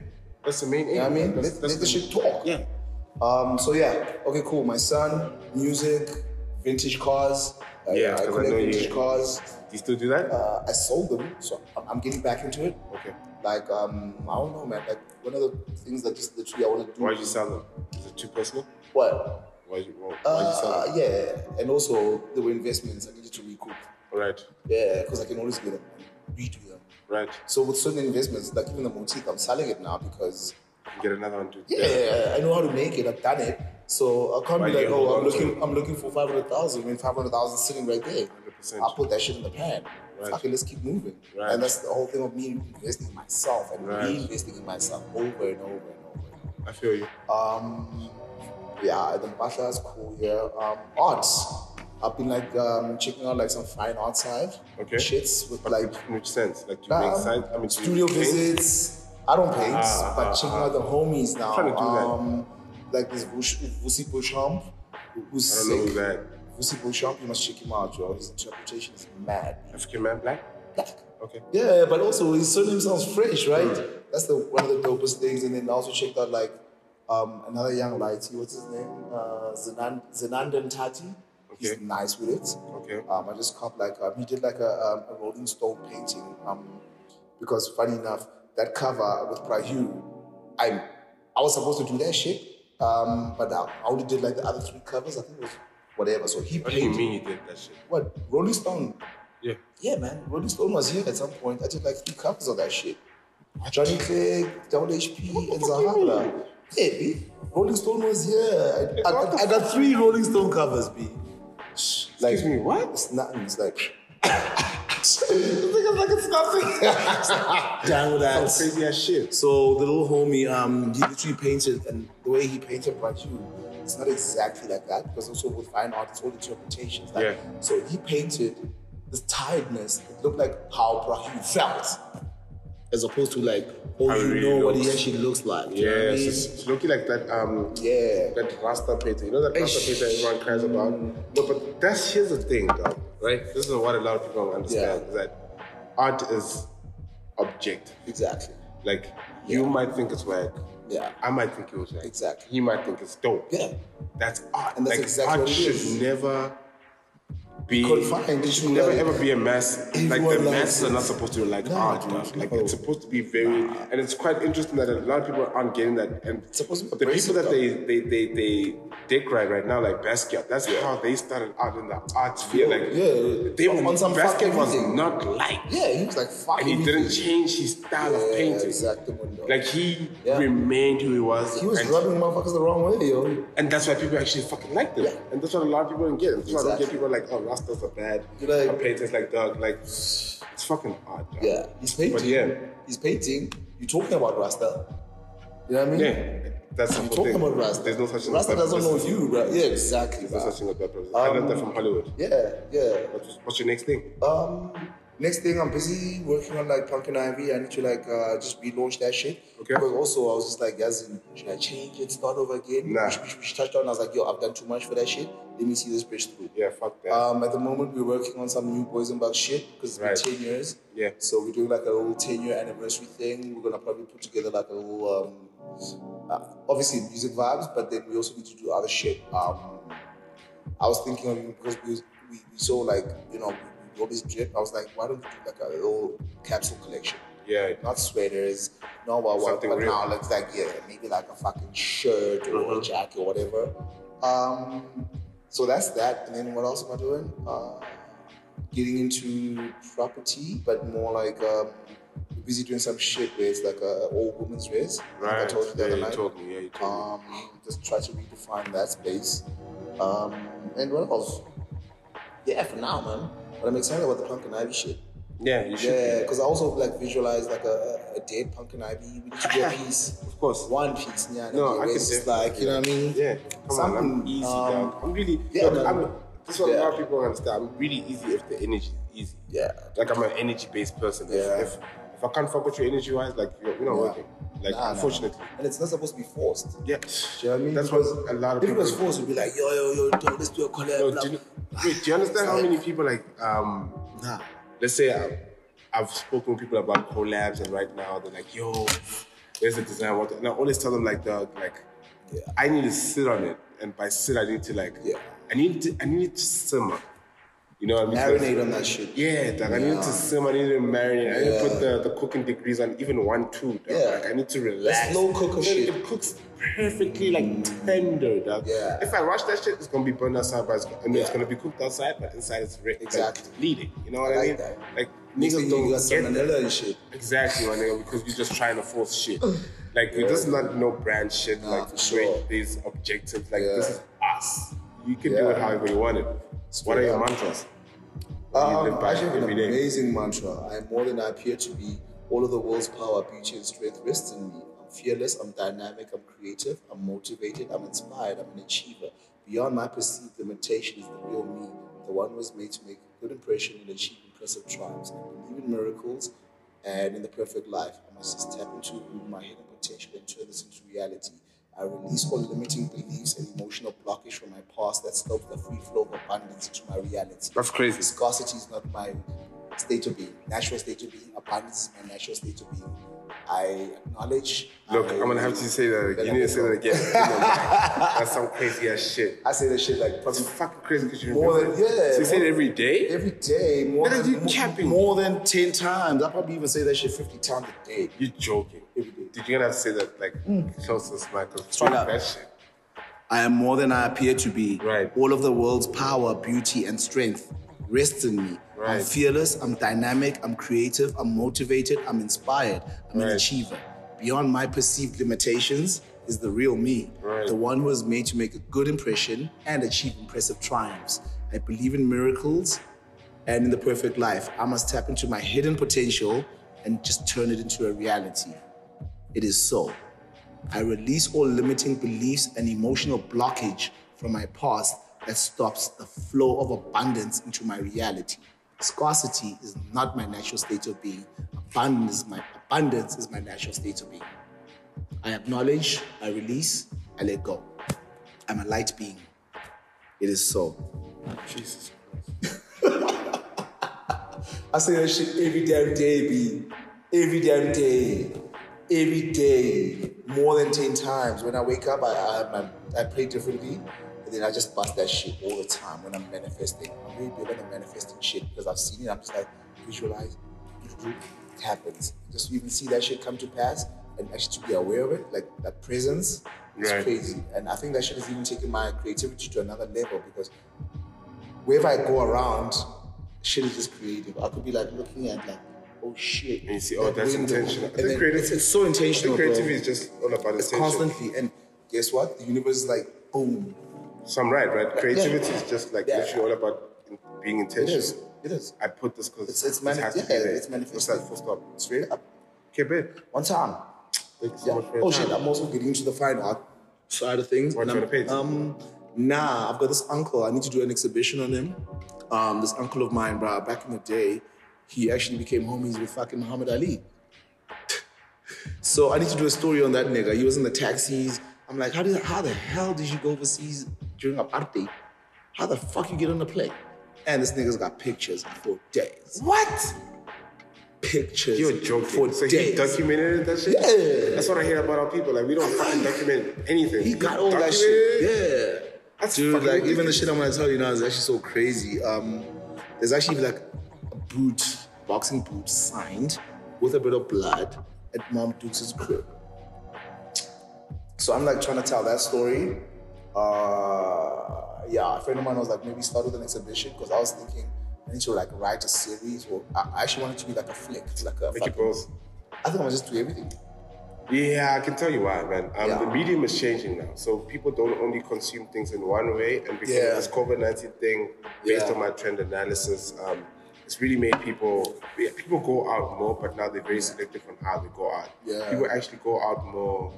B: That's the main aim.
C: You know what I mean?
B: That's,
C: let
B: that's
C: let the shit
B: main-
C: talk.
B: Yeah.
C: Um, so yeah, okay, cool. My son, music, vintage cars. Uh,
B: Yeah,
C: I
B: 'cause I
C: collect
B: know you-
C: vintage cars.
B: Do you still do that?
C: Uh, I sold them, so I'm, I'm getting back into it.
B: okay.
C: Like um, I don't know, man. Like one of the things that just literally I want to do.
B: Why'd you sell them? Is it too personal?
C: What?
B: Why'd you, why'd you sell
C: Uh,
B: them?
C: yeah, and also there were investments I needed to recoup.
B: Right.
C: Yeah, because I can always get them, redo them.
B: Right.
C: So with certain investments, like even the motif, I'm selling it now because
B: Get another one too.
C: yeah, I know how to make it. I've done it. So I can't
B: Right,
C: be like,
B: yeah,
C: oh,
B: hold
C: I'm
B: on to
C: looking,
B: it.
C: I'm looking for five hundred thousand. I mean, five hundred thousand sitting right there.
B: 100%.
C: I put that shit in the pan.
B: Right.
C: Fuck it, let's keep moving.
B: Right.
C: And that's the whole thing of me investing in myself and
B: Right.
C: reinvesting in myself over and over and over. And over.
B: I feel you.
C: Um, yeah, the Mbahla is cool here. Um, art. I've been like um, checking out like some fine art side
B: Okay.
C: shits with
B: But
C: like
B: in which sense? Like, do you make
C: um,
B: sense? I mean, do you
C: studio
B: paint?
C: visits. I don't paint,
B: Ah,
C: but
B: ah,
C: checking
B: ah.
C: out the homies now.
B: trying to do that.
C: um, Like this Vush, Vusi Busham, who's
B: I
C: sick.
B: don't know who that.
C: Vusi Busham, you must check him out, yo. His interpretation is mad.
B: African man, black.
C: Black.
B: Okay.
C: Yeah, but also his surname sounds French, right? That's the one of the dopest things. And then I also checked out like um, another young lighty, what's his name? Uh, Zenan Zenandan Tati. He's
B: Okay.
C: nice with it.
B: Okay.
C: Um, I just caught like um, he did like a, um, a Rolling Stone painting. Um, because funny enough, that cover with Prahu, I I was supposed to do that shit. Um, but I I only did like the other three covers. I think it was whatever. So he
B: What do you
C: painted
B: mean you did that shit?
C: what Rolling Stone
B: Yeah.
C: yeah, man, Rolling Stone was here at some point. I did like three covers of that shit. Johnny Clegg, Double HP, and Zahara. Yeah, B. Rolling Stone was here. I, I, I, got three Rolling Stone covers, B. Like,
B: Excuse me, what?
C: It's nothing. It's like. it's like it's nothing. Down with that.
B: Some crazy ass shit.
C: So the little homie, um, he literally painted, and the way he painted Raju, it's not exactly like that because also with fine art, it's all interpretations. Like,
B: Yeah.
C: So he painted this tiredness. It looked like how Raju felt, as opposed to like, oh,
B: How
C: you
B: he
C: know
B: really
C: what he
B: looks.
C: actually looks like. you know what I
B: Yes,
C: mean?
B: it's, it's looking like that. Um,
C: Yeah.
B: That Rasta painter. You know that Rasta
C: Eish.
B: painter everyone cries
C: Mm.
B: about. No, but that's here's the thing, dog. Right? This is what a lot of people don't understand.
C: Yeah.
B: Is that art is objective.
C: Exactly.
B: Like you might think it's whack.
C: Yeah.
B: I might think it was whack.
C: Exactly.
B: He might think it's dope.
C: Yeah.
B: That's art.
C: And that's
B: like,
C: exactly
B: art
C: what it
B: should
C: is.
B: never be
C: Confined
B: It should
C: to,
B: never
C: like,
B: ever be a mass. Like the
C: everyone likes
B: masses are
C: it.
B: not supposed to like
C: No,
B: art.
C: dude,
B: Dude. Like
C: no.
B: it's supposed to be very. And it's quite interesting that a lot of people aren't getting that. And
C: supposed to be
B: the people
C: abrasive,
B: that
C: though.
B: they they they they dick ride right now, like Basquiat. That's how they started out in the art sphere. Like
C: Yeah.
B: they
C: On
B: were
C: some
B: Basquiat
C: fucking
B: was
C: thing.
B: not liked,
C: Yeah, he was like, fuck
B: and he
C: me.
B: didn't change his style of
C: Yeah,
B: painting.
C: exactly.
B: Like he
C: Yeah.
B: remained who he was.
C: He was
B: and
C: rubbing motherfuckers the wrong way, yo.
B: and that's why people actually fucking like them.
C: Yeah.
B: And that's what a lot of people don't get. That's why I don't get
C: Exactly.
B: people like, oh, Rastas are bad.
C: You're like-
B: Or painters like dog. Like, it's fucking hard, dog.
C: Yeah, he's painting.
B: But yeah.
C: He's painting. You're talking about Rasta. You know what I mean?
B: Yeah. That's the
C: You're
B: whole
C: talking
B: thing.
C: about Rasta.
B: There's no such thing as
C: Rasta
B: bad
C: doesn't know
B: publicity.
C: you, right? Yeah, exactly.
B: There's no
C: bruh.
B: such thing as bad person. I learned that from Hollywood.
C: Yeah, yeah.
B: What's, what's your next thing?
C: Um, next thing, I'm busy working on like Pumpkin Ivy. I need to like uh, just relaunch that shit.
B: Okay.
C: Because also, I was just like, yes, should I change it, start over again?
B: Nah.
C: We should, we should- we should touch down. I was like, yo, I've done too much for that shit. Let me see this bridge through.
B: yeah, fuck that.
C: Um, at the moment, we're working on some new Boys and Bucks shit because it's been
B: Right.
C: 10 years.
B: Yeah.
C: So we're doing like a little 10 year anniversary thing. We're going to probably put together like a little, um, uh, obviously music vibes, but then we also need to do other shit. Um, I was thinking of even because we, we, we saw like, you know, we, we always drip. I was like, why don't we do like a little capsule collection?
B: yeah.
C: Not sweaters, no, what, what,
B: Something
C: but
B: real. Uh-huh.
C: now looks like, yeah, maybe like a fucking shirt or a jacket or whatever. Um, so that's that. And then what else am I doing? Uh, getting into property, but more like um, we're busy doing some shit where it's like a old woman's race. I
B: Right.
C: told you the
B: yeah,
C: other
B: you
C: night.
B: told me. Yeah, you told me.
C: Um, just try to redefine that space. Um, and what else? Yeah, for now, man. But I'm excited about the punk and ivy shit.
B: Yeah, you should.
C: Yeah,
B: be.
C: because I also like visualize like a, a a dead punk and Ivy. We need to do a piece,
B: Of course.
C: one piece. Yeah,
B: No, I
C: where
B: can
C: it's just like you know what I mean.
B: Yeah, come on, I'm
C: Something,
B: easy,
C: um,
B: dog. I'm really.
C: yeah,
B: look,
C: man.
B: I'm, this is what a
C: Yeah.
B: lot of people don't understand. I'm really easy if the energy is easy.
C: Yeah.
B: Like I'm an energy based person. If,
C: Yeah.
B: if if I can't fuck with you energy wise, like you're, you're not
C: Yeah.
B: working. Like,
C: Nah, nah,
B: unfortunately.
C: nah. And it's not supposed to be forced. Do
B: Yeah.
C: you know what I mean?
B: That's what
C: Because
B: a lot of
C: if
B: people.
C: it was forced, we'd be like, yo, yo, yo, dog, let's do a collab.
B: No,
C: blah,
B: do you,
C: blah.
B: wait, do you understand how
C: It's
B: many
C: like,
B: people like um
C: Nah.
B: let's say I've, I've spoken with people about collabs and right now they're like, yo, where's the design? What? And I always tell them like, the, like,
C: Yeah.
B: I need to sit on it, and by sit I need to like,
C: Yeah.
B: I need to, I need it to simmer. You know, what I mean?
C: Marinate on that shit.
B: Yeah, like I need to simmer, I need to marinate, I need to put the, the cooking degrees on even one, two. Dog.
C: Yeah.
B: Like I need to relax.
C: slow cook a
B: It-
C: shit.
B: It cooks perfectly like tender, dog.
C: Yeah.
B: If I rush that shit, it's gonna be burned outside, but it's, I mean, it's
C: Yeah.
B: gonna be cooked outside, but inside it's re- like,
C: Exactly.
B: bleeding. You know what
C: I
B: I,
C: like
B: mean?
C: that.
B: Like
C: Next thing
B: niggas
C: you
B: don't
C: got
B: get
C: salmonella and shit.
B: Exactly, my nigga, because you're just trying to force shit. Like this is not no brand shit.
C: Nah,
B: like
C: for
B: wait,
C: sure.
B: there's objectives. Like
C: Yeah.
B: this is us. You can do it
C: Yeah.
B: however you want it. What are your
C: up.
B: mantras?
C: Um,
B: live by
C: I actually have an
B: every day.
C: amazing mantra. I am more than I appear to be. All of the world's power, beauty, and strength rests in me. I'm fearless, I'm dynamic, I'm creative, I'm motivated, I'm inspired, I'm an achiever. Beyond my perceived limitation is the real me, the one who was made to make a good impression and achieve impressive triumphs. I believe in miracles and in the perfect life. I must just tap into my hidden potential and turn this into reality. I release all limiting beliefs and emotional blockage from my past that stops the free flow of abundance into my reality.
B: That's crazy.
C: Scarcity is not my state of being, natural state of being. Abundance is my natural state of being. I acknowledge.
B: Look,
C: I,
B: I'm gonna have to say that.
C: Then
B: You
C: I
B: need to
C: can
B: say
C: go.
B: that again. That's some crazy ass shit.
C: I say this shit like
B: That's
C: probably
B: fucking crazy because you
C: More
B: remember.
C: than- yeah,
B: so you say it
C: more-
B: every day.
C: every day, more
B: Nigga,
C: than,
B: you capping.
C: more than 10 times. I probably even say that shit 50 times a day.
B: You're joking.
C: Every day.
B: Did you gonna have to say that like
C: Mm.
B: close to this mic? 'Cause
C: Try
B: fuck
C: that.
B: that shit.
C: I am more than I appear to be.
B: Right.
C: All of the world's power, beauty, and strength rests in me. I'm
B: Right.
C: fearless, I'm dynamic, I'm creative, I'm motivated, I'm inspired, I'm an
B: Right.
C: achiever. Beyond my perceived limitations is the real me,
B: Right.
C: the one who is made to make a good impression and achieve impressive triumphs. I believe in miracles and in the perfect life. I must tap into my hidden potential and just turn it into a reality. It is so. I release all limiting beliefs and emotional blockage from my past that stops the flow of abundance into my reality. Scarcity is not my natural state of being. Abundance is my abundance is my natural state of being. I acknowledge, I release, I let go. I'm a light being. It is so.
B: Jesus.
C: I say that shit every damn day, B. Every damn day. Every day. More than 10 times. When I wake up, I, I, I, I pray differently. And then I just bust that shit all the time when I'm manifesting. I'm really big on the manifesting shit because I've seen it. I'm just like, visualize. It happens. Just even see that shit come to pass and actually to be aware of it, like that presence. It's
B: Right.
C: crazy. And I think that shit has even taken my creativity to another level because wherever I go around, shit is just creative. I could be like looking at like, oh shit.
B: And you see, oh, that's intentional. I
C: And
B: think
C: then
B: creative-
C: it's, it's so
B: I think
C: intentional.
B: creativity
C: bro.
B: is just all about
C: it's
B: attention.
C: constantly. And guess what? The universe is like, boom.
B: So I'm right, right? Creativity
C: yeah.
B: is just like
C: Yeah.
B: literally all about in- being
C: It
B: intentional.
C: is. It is.
B: I put this because
C: It's- it's
B: it has
C: manif-
B: to be
C: yeah,
B: there.
C: it's manifested.
B: Full stop. Full stop.
C: Straight up.
B: Okay, babe.
C: On time.
B: Thank you so
C: Yeah.
B: much for your
C: Oh
B: time.
C: shit, I'm also getting into the fine art side of things.
B: What
C: and
B: you
C: I'm-
B: wanna paint?
C: Um, nah, I've got this uncle. I need to do an exhibition on him. Um, this uncle of mine, bro, back in the day, he actually became homies with fucking Muhammad Ali. so I need to do a story on that nigga. He was in the taxis. I'm like, how did how the hell did you go overseas during Aparte? How the fuck you get on the plane? And this nigga's got pictures for days.
B: What?
C: Pictures
B: You're joking.
C: for
B: so
C: days.
B: he documented that shit?
C: Yeah.
B: That's what I hear about our people. Like, we don't fucking document anything.
C: He got all that
B: Documented?
C: shit. Yeah.
B: That's
C: Dude,
B: fucking
C: like even the
B: ridiculous.
C: shit I'm gonna tell you now is actually so crazy. Um, there's actually like a boot, boxing boot signed with a bit of blood at Mom Dukes' crib. So I'm like trying to tell that story. Uh, yeah, a friend of mine was like, maybe start with an exhibition because I was thinking I need to like write a series or I I actually wanted to be like a flick, like a.
B: Make it
C: fucking-
B: both.
C: I think I'm gonna just do everything.
B: Yeah, I can tell you why, man. Um,
C: Yeah.
B: The medium is changing now, so people don't only consume things in one way. And because
C: Yeah.
B: of this COVID nineteen thing, based
C: Yeah.
B: on my trend analysis, um, it's really made people yeah, people go out more, but now they're very selective on how they go out.
C: Yeah.
B: People actually go out more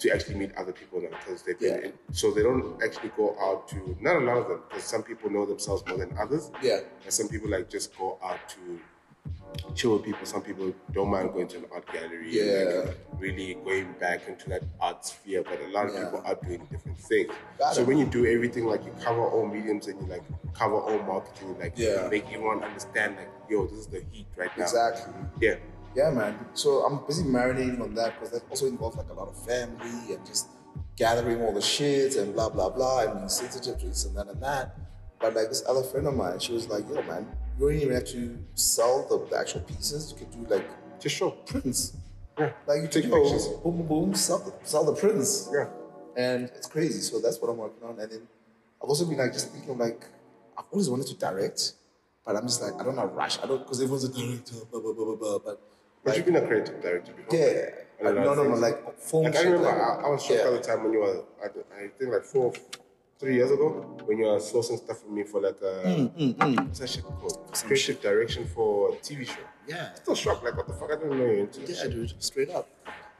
B: to actually meet other people now because they've been
C: Yeah.
B: in, so they don't actually go out to not a lot of them because some people know themselves more than others.
C: Yeah.
B: and some people like just go out to chill with people. Some people don't mind going to an art gallery. and,
C: Yeah.
B: like, really going back into that art sphere, but a lot of
C: Yeah.
B: people are doing different things.
C: Got
B: so
C: it.
B: when you do everything, like you cover all mediums and you like cover all marketing, you, like
C: Yeah.
B: make everyone understand like, yo, this is the heat right now.
C: Exactly.
B: Yeah.
C: Yeah, man. So I'm busy marinating on that because that also involves like a lot of family and just gathering all the shit and blah blah blah and being sensitive to this and that and that. But like this other friend of mine, she was like, "Yo, man, you don't even have to sell the, the actual pieces. You could do like
B: Just show.
C: prints. Like you
B: Take
C: take pictures,
B: pictures.
C: boom, boom, boom, sell the, sell the prints.
B: Yeah.
C: and it's crazy. So that's what I'm working on. And then I've also been like just thinking of, like I've always wanted to direct, but I'm just like I don't want to rush. I don't because everyone's a director, blah blah blah blah blah. But
B: But
C: like,
B: you've been a creative director before.
C: yeah,
B: I don't know,
C: no, no, no,
B: things-
C: like film.
B: Like I
C: shit,
B: remember,
C: like-
B: I, I was shocked
C: yeah.
B: at the time when you were, I, don't- I think like four, three years ago, when you were sourcing stuff for me for like a,
C: Mm,
B: what's that shit called? Creative direction for a TV show.
C: Yeah.
B: I'm still shocked, like what the fuck, I didn't know you're into this
C: Yeah,
B: shit.
C: dude, straight up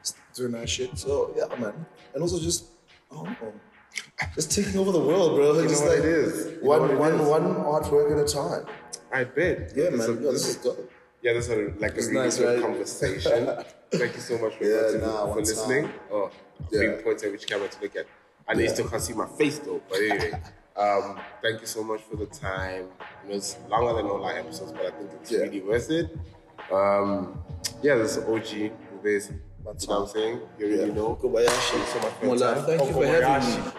C: Just doing that shit. So yeah, man, and also just I don't know, just taking over the world, bro. Like,
B: You
C: just
B: know what
C: like
B: it is. You know
C: one,
B: what it
C: one,
B: is.
C: one artwork at a time.
B: I bet.
C: Yeah,
B: This
C: man.
B: is a-
C: Yo, this is dope.
B: Yeah, this is a, like a
C: It's
B: really
C: nice,
B: good
C: right?
B: conversation. Thank you so much for,
C: Yeah,
B: watching-
C: nah,
B: for
C: one
B: listening.
C: time.
B: Oh,
C: Yeah.
B: big points at which camera to look at. I know you still can't see my face though, but anyway. um, thank you so much for the time. You know, it's longer than all our episodes, but I think it's
C: Yeah.
B: really worth it. Um, yeah, this is OG. This, you know
C: One
B: what I'm
C: time.
B: saying? You already know.
C: Kobayashi.
B: Thank you so much for your
C: Mola,
B: time.
C: thank you
B: Oh,
C: for having me.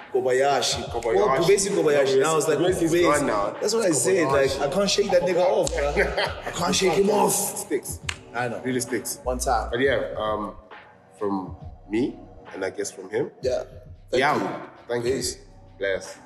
B: Kobayashi.
C: Kobayashi. Oh, Kubesi Kobayashi. Now it's like
B: Kubesi is
C: Kubesi.
B: gone now.
C: That's what I
B: It's
C: said. Like
B: Kobayashi.
C: I can't shake that nigga off. bruh. I can't shake him off.
B: Sticks.
C: I know.
B: Really sticks.
C: One time.
B: But yeah, um, from me, and I guess from him.
C: Yeah. Thank
B: yeah.
C: you.
B: Thank
C: Peace.
B: you. Bless.